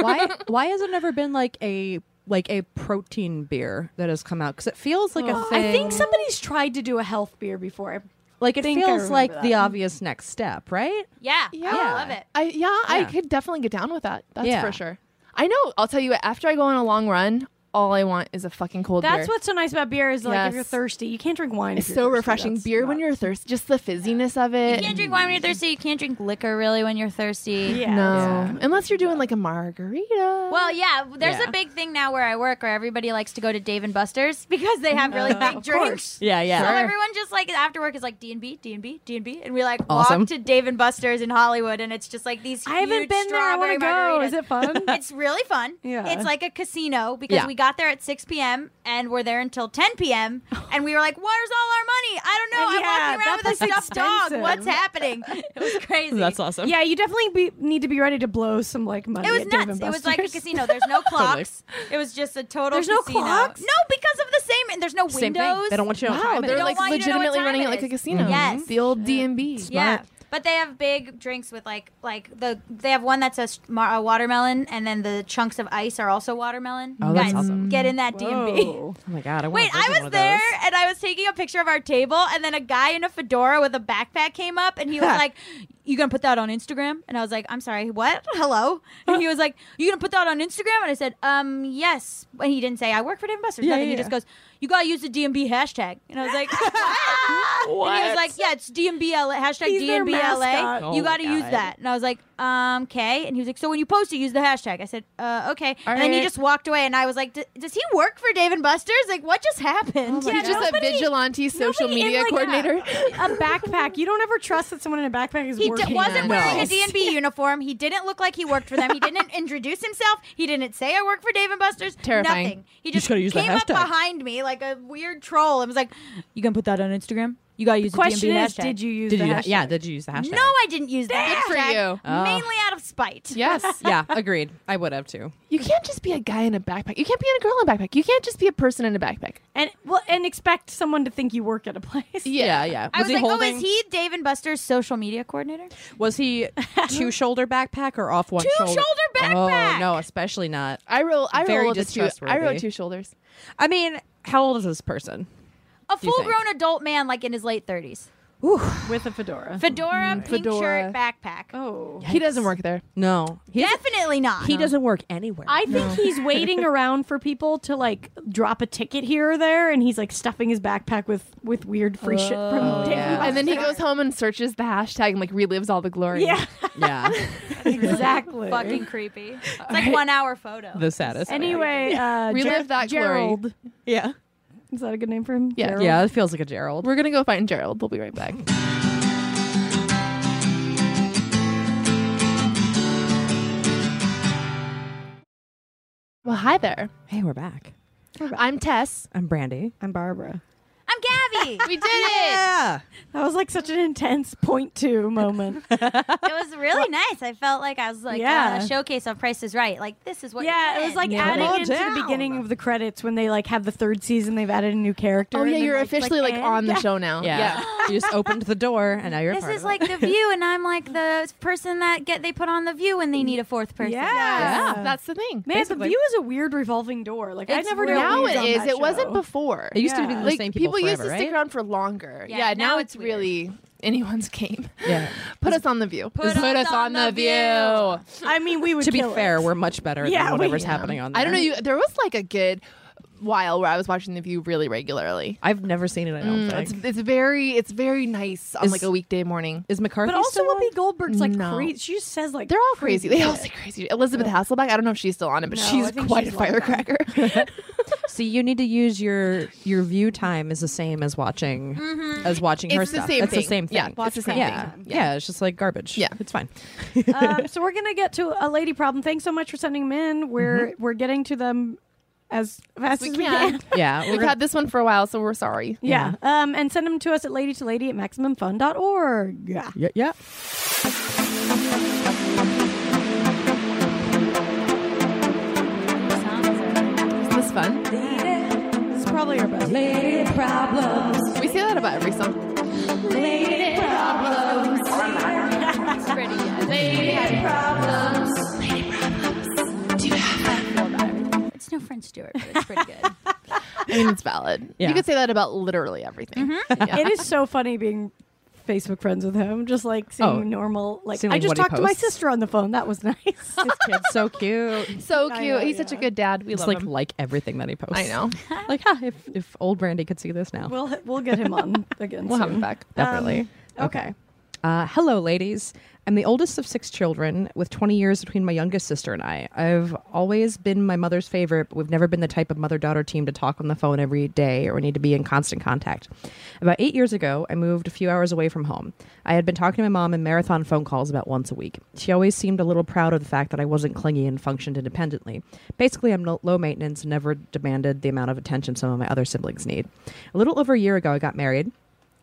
why why has it never been like a like a protein beer that has come out because it feels like a thing Oh, I think somebody's tried to do a health beer before. I like it think I feels like remember the that. obvious next step right yeah, Yeah. I love it. I yeah, I Yeah. could definitely get down with that. That's Yeah. for sure. I know. I'll tell you. what, After I go on a long run, all I want is a fucking cold beer. That's what's so nice about beer is like Yes. if you're thirsty, you can't drink wine. It's if you're so thirsty. refreshing. That's Beer when not- you're thirsty, just the fizziness of You it. can't drink wine when you're thirsty. You can't drink liquor really when you're thirsty. Yeah. No, unless you're doing like a margarita. Well, yeah, there's Yeah. a big thing now where I work where everybody likes to go to Dave and Buster's because they have Oh, really big drinks. yeah yeah So everyone just like after work is like D and B, D and B, D and B, and we like Awesome. walk to Dave and Buster's in Hollywood, and it's just like these. I haven't huge been there. I want to go. Is it fun? It's really fun. Yeah. It's like a casino because Yeah. we got there at 6 p.m. and we're there until 10 p.m. and we were like, "Where's all our money? I don't know. I'm Yeah, walking around that with a looks stuffed dog. expensive. What's happening? It was crazy. that's awesome yeah, you definitely be, need to be ready to blow some like money. It was at Dave nuts. and It was like a Buster's. casino. There's no clocks. It was just a total. There's no casino. clocks? No, because of the same. And there's no Same windows. thing. They don't want you to know what wow, time it they're is. don't like want you to know what legitimately time running it it like a is. casino. Yes. the old D and B. Yeah. But But they have big drinks with like like the they have one that's a, s- mar- a watermelon, and then the chunks of ice are also watermelon. Oh, that's Guys, awesome. get in that DMV. Oh my god! I wanna Wait, break in I one was of there those. and I was taking a picture of our table, and then a guy in a fedora with a backpack came up and he was like, You gonna put that on Instagram? And I was like, I'm sorry, what? Hello? And he was like, You gonna put that on Instagram? And I said, Um, yes. And he didn't say, I work for Dave Buster's. Yeah, nothing. yeah, he yeah. just goes, You gotta use the DMB hashtag. And I was like, "Ah!" And he was like, Yeah, it's DMBLA, hashtag He's their DMBLA. mascot. you Oh my gotta use God. that. And I was like, Um, okay. And he was like, So when you post it, use the hashtag. I said, Uh, okay. and then he right. just walked away, and I was like, "D- Does he work for Dave and Buster's? Like, what just happened? He's just a vigilante social Nobody in, media like, coordinator. A, a backpack. You don't ever trust that someone in a backpack is He working. d- wasn't there. wearing a D&B uniform. He didn't look like he worked for them. He didn't introduce himself. He didn't say I work for Dave and Buster's. Terrifying. Nothing. He just, gotta use the came up hashtag. behind me like a weird troll and was like, "You gonna put that on Instagram? You gotta use the, Question DMB is, hashtag." did you use Did the you? hashtag? Yeah, did you use the hashtag? No, I didn't use that. Good for you. Oh. Mainly out of spite. Yes. yeah, agreed. I would have too. You can't just be a guy in a backpack. You can't be a girl in a backpack. You can't just be a person in a backpack. And well, and expect someone to think you work at a place. Yeah, yeah. I was, he like, holding? "Oh, is he Dave and Buster's social media coordinator?" Was he two shoulder backpack or off one shoulder? Two-shoulder backpack! Oh no, especially not. I roll. I Very roll with the two. I roll distrustworthy. two shoulders. I mean, how old is this person? A Do you think? full-grown adult man like in his late 30s. With a fedora. Fedora, pink Fedora. shirt, backpack. Mm, oh. He doesn't work there. No, he doesn't, Definitely not. he doesn't work anywhere. I think he's waiting around for people to like drop a ticket here or there, and he's like stuffing his backpack with with weird free shit from Dave yeah. And then he goes home and searches the hashtag and like relives all the glory. Yeah, yeah, exactly. fucking creepy. It's like one hour photo. the saddest. Anyway, uh, Relive Ger- that glory. Gerald. yeah, Is that a good name for him? Yeah. Gerald? yeah. It feels like a Gerald. We're gonna go find Gerald. We'll be right back. Well, hi there. Hey, we're back. I'm Tess. I'm Brandy. I'm Barbara. I'm Gabby. We did it. Yeah. That was like such an intense point two moment. It was really nice. I felt like I was like Yeah. uh, a showcase of Price is Right. Like this is what. yeah, you it was like Yeah. Come adding on into the beginning down. of the credits when they like have the third season. They've added a new character. Oh and yeah, then, you're officially like, and- on the yeah. show now. Yeah. you just opened the door and now you're This part of is it. like the View, and I'm like the person that get they put on the View when they need a fourth person. Yeah. That's, that's the thing. Man, the view is a weird revolving door. Like I It's never knew weird. now was it on is. that It wasn't show. before. It used to be the like same people, used to forever, stick right? around for longer. Yeah, Yeah, now, now it's, it's weird. really anyone's game. Yeah. Put us on the view. Put us on the view. I mean, we would. To be kill fair, it. we're much better Yeah, than we whatever's am. happening on. There. I don't know. You, there was like a good while where I was watching the view really regularly. I've never seen it. I don't Mm, think. it's it's very it's very nice on Is- like a weekday morning. is McCarthy But also, still on? Whoopi Goldberg's like No. crazy. She just says like They're all crazy. They all shit. say crazy. Elizabeth Hasselbeck. I don't know if she's still on it, but No, she's I think quite she's a long gone. firecracker. See, you need to use your your view time is the same as watching as watching her Mm-hmm. It's the stuff. same it's thing. the same Yeah, thing. it's the same yeah. thing. Yeah. it's just like garbage. Yeah. it's fine. um, so we're gonna get to a lady problem. Thanks so much for sending them in. We're we're getting to them as fast Mm-hmm. We as we can. can. yeah, we're We've gonna- had this one for a while, so we're sorry. Yeah. Um, and send them to us at lady to lady at maximumfun.org. Yeah. yeah, yeah. Isn't this fun? This is probably our best. We say that about every song. It's no French Stewart, but it's pretty good. I mean, it's valid. Yeah. You could say that about literally everything. Yeah. It is so funny being Facebook friends with him. Just like seeing Oh. normal. Like Seeing, I like, just what he talked to my posts. sister on the phone. That was nice. This kid's so cute. It's so I cute. know, He's such a yeah. good dad. We love like him. like everything that he posts. I know. Like, huh, if if old Brandy could see this now, we'll we'll get him on again. We'll soon. have him back. Um, definitely. Okay. Um, Uh, hello, ladies. I'm the oldest of six children, with 20 years between my youngest sister and I. I've always been my mother's favorite, but we've never been the type of mother daughter team to talk on the phone every day or need to be in constant contact. About eight years ago, I moved a few hours away from home. I had been talking to my mom in marathon phone calls about once a week. She always seemed a little proud of the fact that I wasn't clingy and functioned independently. Basically, I'm no- low maintenance and never demanded the amount of attention some of my other siblings need. A little over a year ago, I got married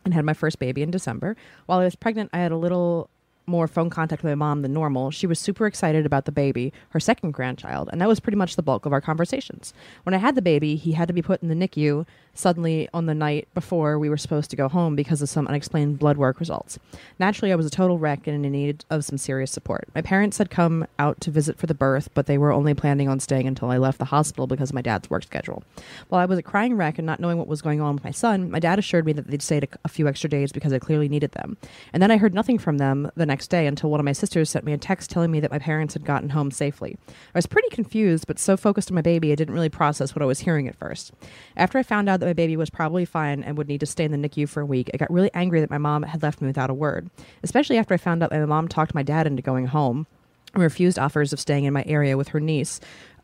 and had my first baby in December. While I was pregnant, I had a little more phone contact with my mom than normal. She was super excited about the baby, her second grandchild, and that was pretty much the bulk of our conversations. When I had the baby, he had to be put in the NICU suddenly on the night before we were supposed to go home because of some unexplained blood work results. Naturally, I was a total wreck and in need of some serious support. My parents had come out to visit for the birth, but they were only planning on staying until I left the hospital because of my dad's work schedule. While I was a crying wreck and not knowing what was going on with my son, my dad assured me that they'd stayed a, a few extra days because I clearly needed them. And then I heard nothing from them the next day until one of my sisters sent me a text telling me that my parents had gotten home safely. I was pretty confused, but so focused on my baby, I didn't really process what I was hearing at first. After I found out that my baby was probably fine and would need to stay in the NICU for a week, I got really angry that my mom had left me without a word, especially after I found out that my mom talked my dad into going home and refused offers of staying in my area with her niece.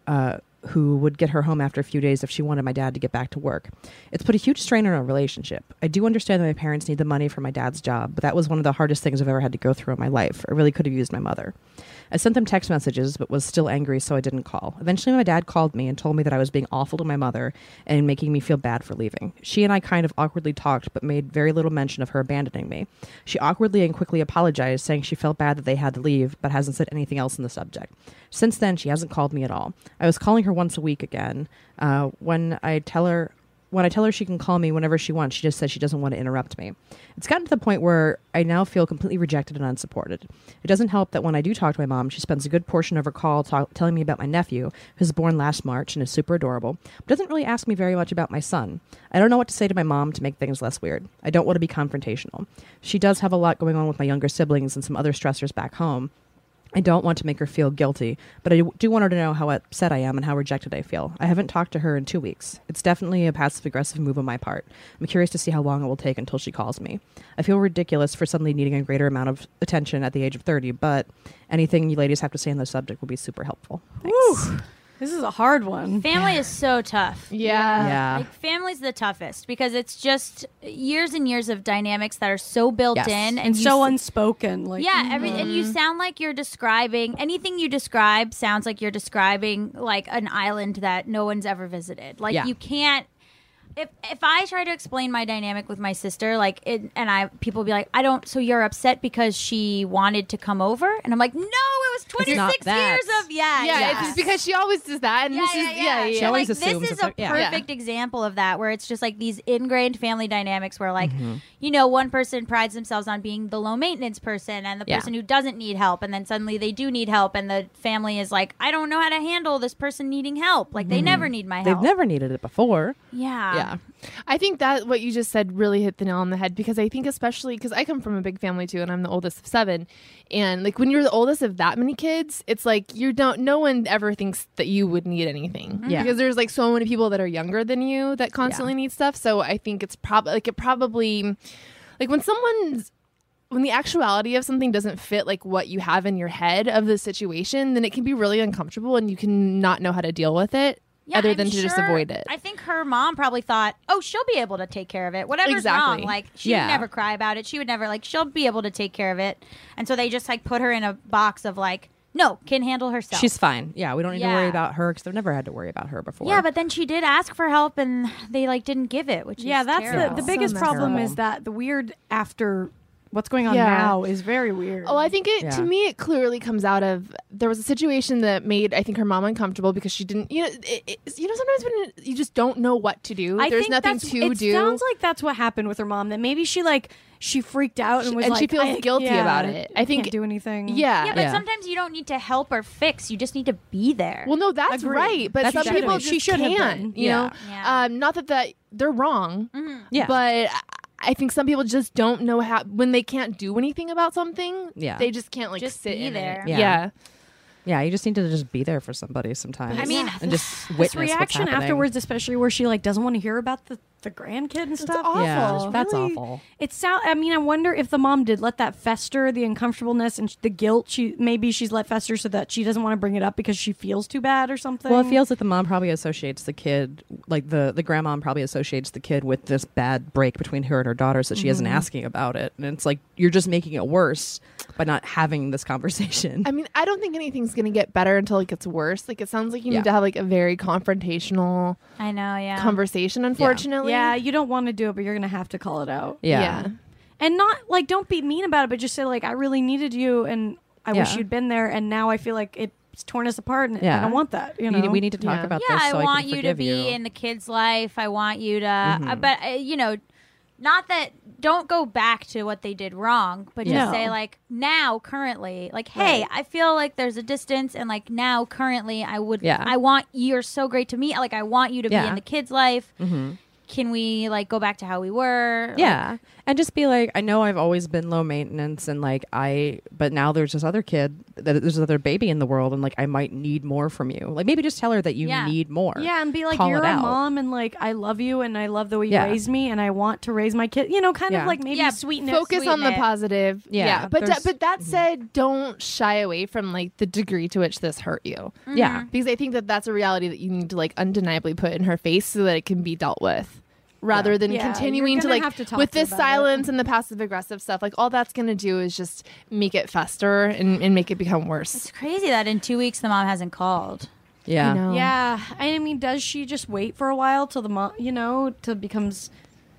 Uh, who would get her home after a few days if she wanted my dad to get back to work. It's put a huge strain on our relationship. I do understand that my parents need the money for my dad's job, but that was one of the hardest things I've ever had to go through in my life. I really could have used my mother. I sent them text messages, but was still angry, so I didn't call. Eventually, my dad called me and told me that I was being awful to my mother and making me feel bad for leaving. She and I kind of awkwardly talked, but made very little mention of her abandoning me. She awkwardly and quickly apologized, saying she felt bad that they had to leave, but hasn't said anything else on the subject. Since then, she hasn't called me at all. I was calling her once a week again. Uh, when I tell her when I tell her she can call me whenever she wants, she just says she doesn't want to interrupt me. It's gotten to the point where I now feel completely rejected and unsupported. It doesn't help that when I do talk to my mom, she spends a good portion of her call talk, telling me about my nephew, who's born last March and is super adorable, but doesn't really ask me very much about my son. I don't know what to say to my mom to make things less weird. I don't want to be confrontational. She does have a lot going on with my younger siblings and some other stressors back home, I don't want to make her feel guilty, but I do want her to know how upset I am and how rejected I feel. I haven't talked to her in two weeks. It's definitely a passive aggressive move on my part. I'm curious to see how long it will take until she calls me. I feel ridiculous for suddenly needing a greater amount of attention at the age of 30, but anything you ladies have to say on the subject will be super helpful. Thanks. This is a hard one. Family is so tough. Yeah. Yeah. Like family's the toughest because it's just years and years of dynamics that are so built Yes. in and And you so s- unspoken. Like yeah, every, and you sound like you're describing anything you describe sounds like you're describing like an island that no one's ever visited. Like Yeah. you can't if if I try to explain my dynamic with my sister, like it, and I people be like, I don't. So you're upset because she wanted to come over, and I'm like, no, it was 26 that. years of yeah, Yeah, it's because she always does that, and yeah, this yeah, is yeah. yeah, yeah. She always Like, assumes this is it's a like- yeah. perfect example of that, where it's just like these ingrained family dynamics, where like Mm-hmm. you know one person prides themselves on being the low maintenance person and the Yeah. person who doesn't need help, and then suddenly they do need help, and the family is like, I don't know how to handle this person needing help. Like they never need my Mm-hmm. They've help. never needed it before. Yeah. yeah. I think that what you just said really hit the nail on the head because I think especially because I come from a big family too, and I'm the oldest of seven, and like when you're the oldest of that many kids, it's like you don't. No one ever thinks that you would need anything Mm-hmm. Yeah. because there's like so many people that are younger than you that constantly need stuff. So I think it's probably like it probably like when someone's when the actuality of something doesn't fit like what you have in your head of the situation, then it can be really uncomfortable and you can not know how to deal with it Yeah, other I'm than to just sure- avoid it. I think her mom probably thought, "Oh, she'll be able to take care of it. Whatever's Exactly. wrong, like she Yeah. would never cry about it. She would never like she'll be able to take care of it." And so they just like put her in a box of like, "No, can handle herself." She's fine. Yeah, we don't need to worry Yeah. about her because they've never had to worry about her before. Yeah, but then she did ask for help and they like didn't give it, which yeah, is that's terrible. the, the biggest messed problem up. is that the weird after what's going on Yeah. now is very weird. Oh, I think it Yeah. to me it clearly comes out of there was a situation that made I think her mom uncomfortable because she didn't you know it, it, you know sometimes when you just don't know what to do I there's think nothing that's- to it do sounds like that's what happened with her mom. That maybe she like she freaked out and was and she like, feels I- guilty yeah, about it. I think- can't do anything. yeah. yeah, but sometimes you don't need to help or fix. You just need to be there. well no that's Agreed. right but That's some exactly people right. just She should have can't been. you know Yeah. um, not that that they're wrong Mm-hmm. yeah. but I- I think some people just don't know how when they can't do anything about something Yeah. they just can't like Just sit be in there. it. Yeah. yeah yeah, you just need to just be there for somebody sometimes. I mean, and just witness this reaction what's happening. afterwards, especially where she like doesn't want to hear about the the grandkid and stuff. Yeah, that's awful. It's so. I mean, I wonder if the mom did let that fester, the uncomfortableness and sh- the guilt. She maybe she's let fester so that she doesn't want to bring it up because she feels too bad or something. Well, it feels like the mom probably associates the kid, like the the grandma probably associates the kid with this bad break between her and her daughter, so she isn't asking about it, and it's like you're just making it worse by not having this conversation. I mean, I don't think anything's gonna get better until it gets worse. Like it sounds like you Yeah. need to have like a very confrontational I know, yeah. conversation. Unfortunately, yeah, you don't want to do it, but you're gonna have to call it out. yeah. yeah. and not like don't be mean about it, but just say like I really needed you and I wish Yeah. you'd been there, and now I feel like it's torn us apart, and Yeah. I don't want that. You You- know, we need to talk Yeah. about yeah, this. I so want can you to forgive be you. Mm-hmm. in the kid's life. I want you to, uh, but uh, you know, not that. Don't go back to what they did wrong, but just Yeah. say No. like now, currently, like hey, I feel like there's a distance, and like now, currently, I would. Yeah. I want you're so great to me. Like I want you to be Yeah. Mm-hmm. in the kid's life. Can we like go back to how we were? Like, Yeah. and just be like, I know I've always been low maintenance and like I but now there's this other kid that there's this other baby in the world and like I might need more from you. Like maybe just tell her that you Yeah. need more. Yeah, and be like, Call you're it a out. mom, and like, I love you, and I love the way you Yeah. raised me, and I want to raise my kid. You know, kind Yeah. of like maybe Yeah, sweetness. Focus on the sweeten it. positive. Yeah, Yeah. But there's- that, but that mm-hmm. said, don't shy away from like the degree to which this hurt you. Yeah. Mm-hmm. Because I think that that's a reality that you need to like undeniably put in her face so that it can be dealt with. Rather than Yeah, you're continuing to gonna like have to talk with to this about it. silence and the passive aggressive stuff, like all that's gonna do is just make it fester and, and make it become worse. It's crazy that in two weeks the mom hasn't called. Yeah. know. Yeah, I mean, does she just wait for a while till the mom, you know, till it becomes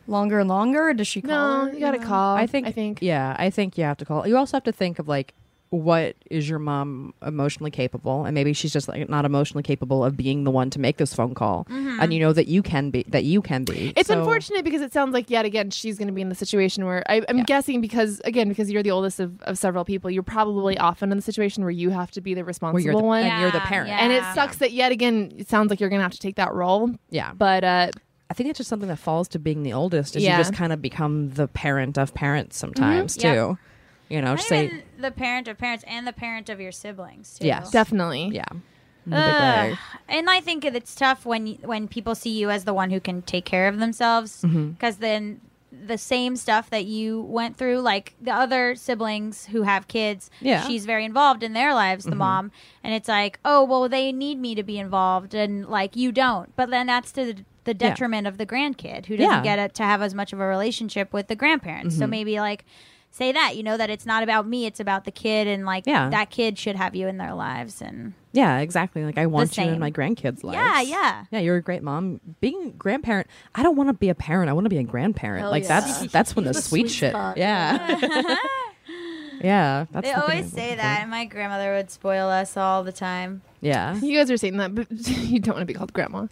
longer and longer? Or does she call? No, her, you gotta know? call. I think I think Yeah, I think you have to call. You also have to think of like what is your mom emotionally capable and maybe she's just like not emotionally capable of being the one to make this phone call Mm-hmm. and you know that you can be that you can be It's So- unfortunate because it sounds like yet again she's going to be in the situation where I, I'm guessing because again because you're the oldest of, of several people you're probably often in the situation Mm-hmm. where you have to be the where you're responsible the, one and you're the Yeah, parent yeah. and it sucks that yet again it sounds like you're going to have to take that role yeah but uh, I think it's just something that falls to being the oldest. Is Yeah. you just kind of become the parent of parents sometimes Mm-hmm. Yep. too. You know, Not just say even the parent of parents and the parent of your siblings. Too. Yes. definitely yeah. Ugh. And I think it's tough when y- when people see you as the one who can take care of themselves Mm-hmm. because then the same stuff that you went through like the other siblings who have kids Yeah. Mm-hmm. she's very involved in their lives the mom and it's like oh well they need me to be involved and like you don't but then that's to the, the detriment of the grandkid who doesn't Yeah. Mm-hmm. get it to have as much of a relationship with the grandparents so maybe like say that you know that it's not about me it's about the kid and like Yeah. that kid should have you in their lives and Yeah, exactly. Like I want you in same. my grandkids' lives. Yeah, yeah. Yeah, you're a great mom. Being grandparent, I don't want to be a parent. I want to be a grandparent. like that's that's when the, sweet, shit. Yeah. yeah, that's the thing They always I'm say looking that, for. and my grandmother would spoil us all the time. Yeah. you guys are saying that but you don't want to be called grandma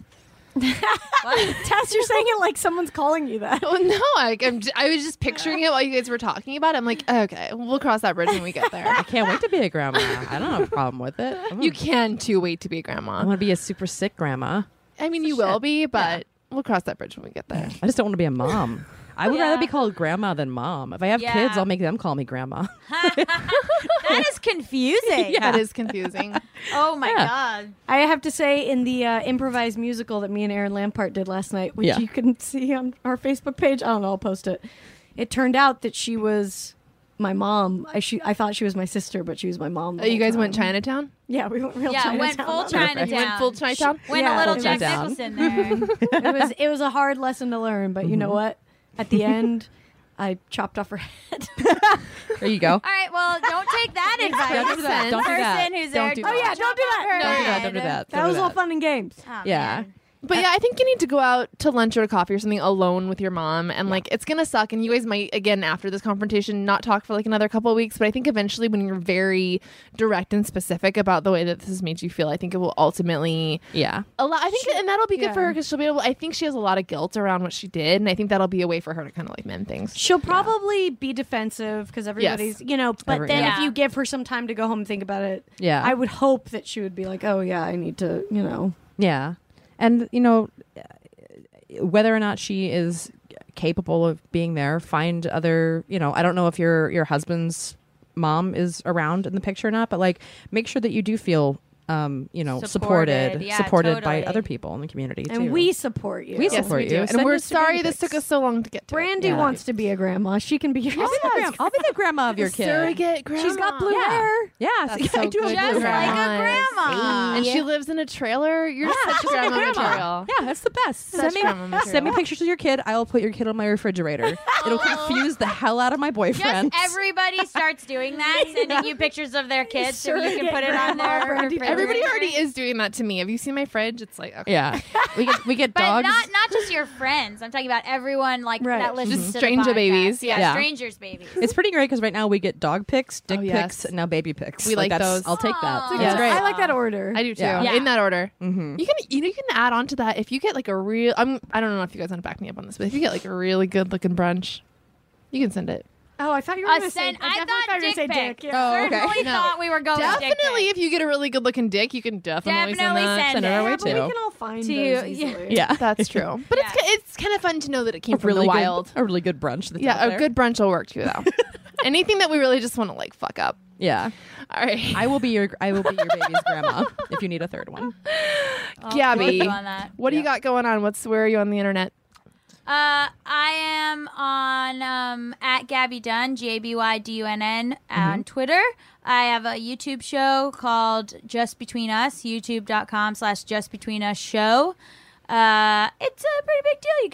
Tess, you're saying it like someone's calling you that. well Oh, no I, I'm j- I was just picturing it while you guys were talking about it I'm like okay we'll cross that bridge when we get there I can't wait to be a grandma. I don't have a problem with it. I'm you gonna- can too wait to be a I grandma want to be a super sick grandma. I mean you will be but we'll cross that bridge when we get there I just don't want to be a mom. I would rather be called grandma than mom. If I have kids, Yeah. I'll make them call me grandma. That is confusing. that is confusing Oh my god. I have to say, in the uh, improvised musical that me and Aaron Lampart did last night, which Yeah. you can see on our Facebook page, I don't know, I'll post it. It turned out that she was my mom. I she I thought she was my sister, but she was my mom. the Oh, you whole guys went time. Chinatown Yeah, we went real Yeah, went Chinatown full on it. Chinatown. You went full Chinatown Went Yeah, a little full Jack Chinatown. Nicholson there. it was it was a hard lesson to learn, but you know what? At the end, I chopped off her head. There you go. All right, well, don't take that advice. Don't do that. The Don't do that. Person who's Don't there. do to that. Oh, yeah, don't do chop that. off her Don't do that. Don't do head. that. That Don't was do all that. fun and games. Oh, Yeah. man. But yeah, I think you need to go out to lunch or coffee or something alone with your mom, and like it's gonna suck. And you guys might again after this confrontation not talk for like another couple of weeks. But I think eventually, when you're very direct and specific about the way that this has made you feel, I think it will ultimately Yeah. allow. I think, and that'll be good for her because she'll be able. I think she has a lot of guilt around what she did, and I think that'll be a way for her to kind of like mend things. She'll probably be defensive because everybody's, you know. But Every- then Yeah. if you give her some time to go home and think about it, Yeah. I would hope that she would be like, "Oh yeah, I need to," you know. Yeah. And, you know, whether or not she is capable of being there, find other, you know, I don't know if your your husband's mom is around in the picture or not, but like make sure that you do feel um, you know, supported, Supported. supported, Yeah, by totally. other people in the community And too. we support you. We Yes, support we you. do. And Send we're us your baby sorry this took pics. us so long to get to. it. Brandy Yeah. wants to be a grandma. She can be your I'll be, the grandma, I'll be the grandma of your kid. surrogate grandma. She's got blue Yeah. hair. Yeah, see, That's so I do have good blue Just hair. like Grandma. a grandma. and she lives in a trailer. You're such grandma, material. Yeah, that's the best. Such send me grandma material. send me pictures of your kid. I'll put your kid on my refrigerator. It'll confuse the hell out of my boyfriend. Just everybody starts doing that, sending you pictures of their kids so you can Surrogate put it on grandma, their Brandy. refrigerator. Everybody already is doing that to me. Have you seen my fridge? It's like okay. Yeah, we get we get But dogs. not not just your friends. I'm talking about everyone like Right. that listens Just to the stranger podcast. babies, yeah. Yeah. strangers babies. it's pretty great because right now we get dog pics, dick Oh, yes. pics, and now baby pics. We like that's- those. I'll take that. Aw. That's Yeah. great. I like that order. I do too. Yeah. Yeah. In that order. Mm-hmm. You can you know you can add on to that if you get like a real I'm I don't know if you guys want to back me up on this, but if you get like a really good looking brunch, you can send it. oh, I thought you were I, going to say. sent, I, definitely thought you were dick gonna pic. say dick. Yeah. Oh, okay. Certainly No. thought we were Oh, going dick pic. Definitely if you get a really good looking dick, you can definitely, Definitely send that. send Send it it. our way But we too. can all find Oh, To- those yeah. easily. Yeah, That's true. But it's it's it's kind of fun to know that it came a from really the good, wild. a really good brunch. That's out yeah, a there. good brunch will work too though. Anything that we really just want to like fuck up. Yeah, All right. I will be your I will be your baby's grandma if you need a third one. I'll Gabby. quote you on that. What do you got going on? What's where are you on the internet? Uh, I am on um, at Gabby Dunn, G A B Y D U N N, on Twitter. I have a YouTube show called Just Between Us, youtube.com slash Just Between Us Show. Uh, it's a pretty big deal, you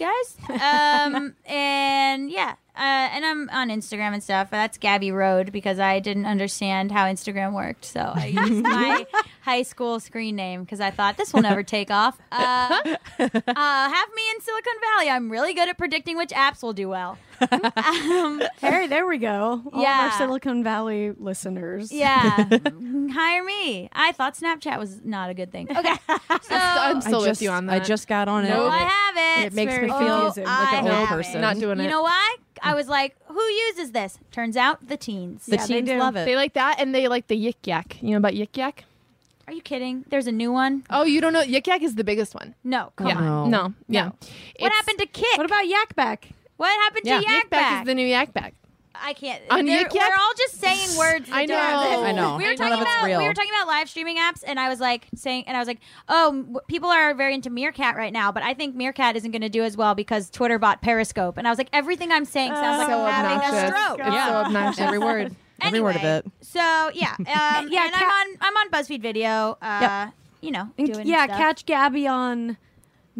guys. Um, and yeah, uh, and I'm on Instagram and stuff. That's Gabby Road because I didn't understand how Instagram worked. So I used my high school screen name because I thought this will never take off. Uh, uh, have me in Silicon Valley. I'm really good at predicting which apps will do well. um, Hey, there we go. All of Yeah. our Silicon Valley listeners. yeah, hire me. I thought Snapchat was not a good thing. Okay, so I'm I still with just you on I that. just got on it. Oh, I have it. It makes me very feel confusing. like I an old have person. it. not doing it. You know why? I was like, who uses this? Turns out the teens. the Yeah, they teens do. love it. They like that and they like the yik yak. You know about yik yak? Are you kidding? There's a new one. Oh, you don't know yik yak is the biggest one. No, come yeah. on. on. No. Yeah. What It's- happened to Kick? What about Yakback? What happened Yeah. to Yak Yik yak Back? is the new yak back. I can't. On they're- Yik Yak? We're all just saying words. I that know. don't- I know. We were None talking of it's about we real. were talking about live streaming apps, and I was like saying, and I was like, oh, m- people are very into Meerkat right now, but I think Meerkat isn't going to do as well because Twitter bought Periscope, and I was like, everything I'm saying sounds like so I'm having a Oh, obnoxious. stroke. It's so obnoxious. Every word. Every word of Anyway, it. So yeah, um, yeah, Yeah, and Kat- I'm on I'm on BuzzFeed Video. Uh, You know, doing yeah, stuff. catch Gabby on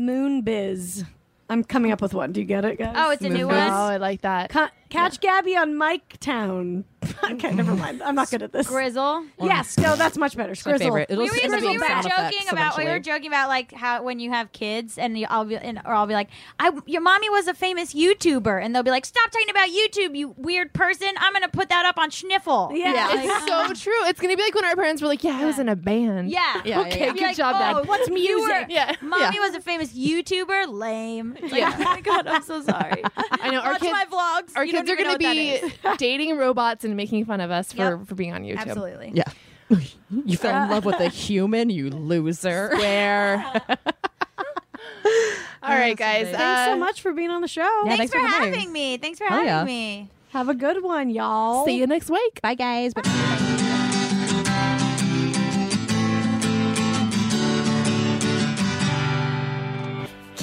Moonbiz. I'm coming up with one. Do you get it, guys? Oh, it's a new Oh, one. I like that. Ca- catch Gabby on Mike Town. okay, never mind. I'm not good at this. Grizzle. Yes, no, that's much better. my Grizzle. favorite. It'll we were, it'll we be were sound joking effects about we were eventually. joking about like how when you have kids and you, I'll be and or I'll be like I your mommy was a famous YouTuber and they'll be like stop talking about YouTube you weird person I'm gonna put that up on Schniffle Yeah. It's so true. It's gonna be like when our parents were like, "Yeah, I was in a band." yeah Yeah, yeah, Be yeah. Good job, oh, Dad. what's music Yeah. mommy was a famous YouTuber lame It's like, Yeah. oh my god I'm so sorry I know. Our watch kids, my vlogs our You kids don't are gonna even know what be that is. dating robots and making fun of us for Yep. for being on YouTube. absolutely Yeah. You fell in love with a human, you loser. Where? All right, guys. Thanks so uh, much for being on the show. Yeah, thanks thanks, for, for coming. having me thanks for Hell having yeah. me Have a good one, y'all. See you next week. Bye, guys.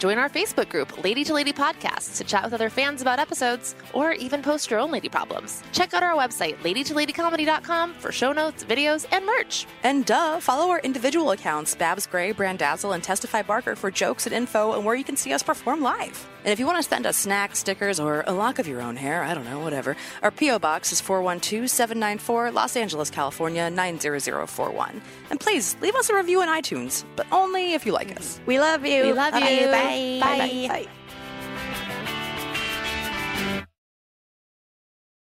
Join our Facebook group, Lady to Lady Podcasts, to chat with other fans about episodes or even post your own lady problems. Check out our website, ladytoladycomedy.com, for show notes, videos, and merch. And duh, follow our individual accounts, Babs Gray, Brandazzle, and Testify Barker for jokes and info and where you can see us perform live. And if you want to send us snacks, stickers, or a lock of your own hair, I don't know, whatever, our P.O. Box is 412-794 Los Angeles, California, 90041. And please, leave us a review on iTunes, but only if you like us. We love you. We love you. Bye. Bye. Bye. Bye.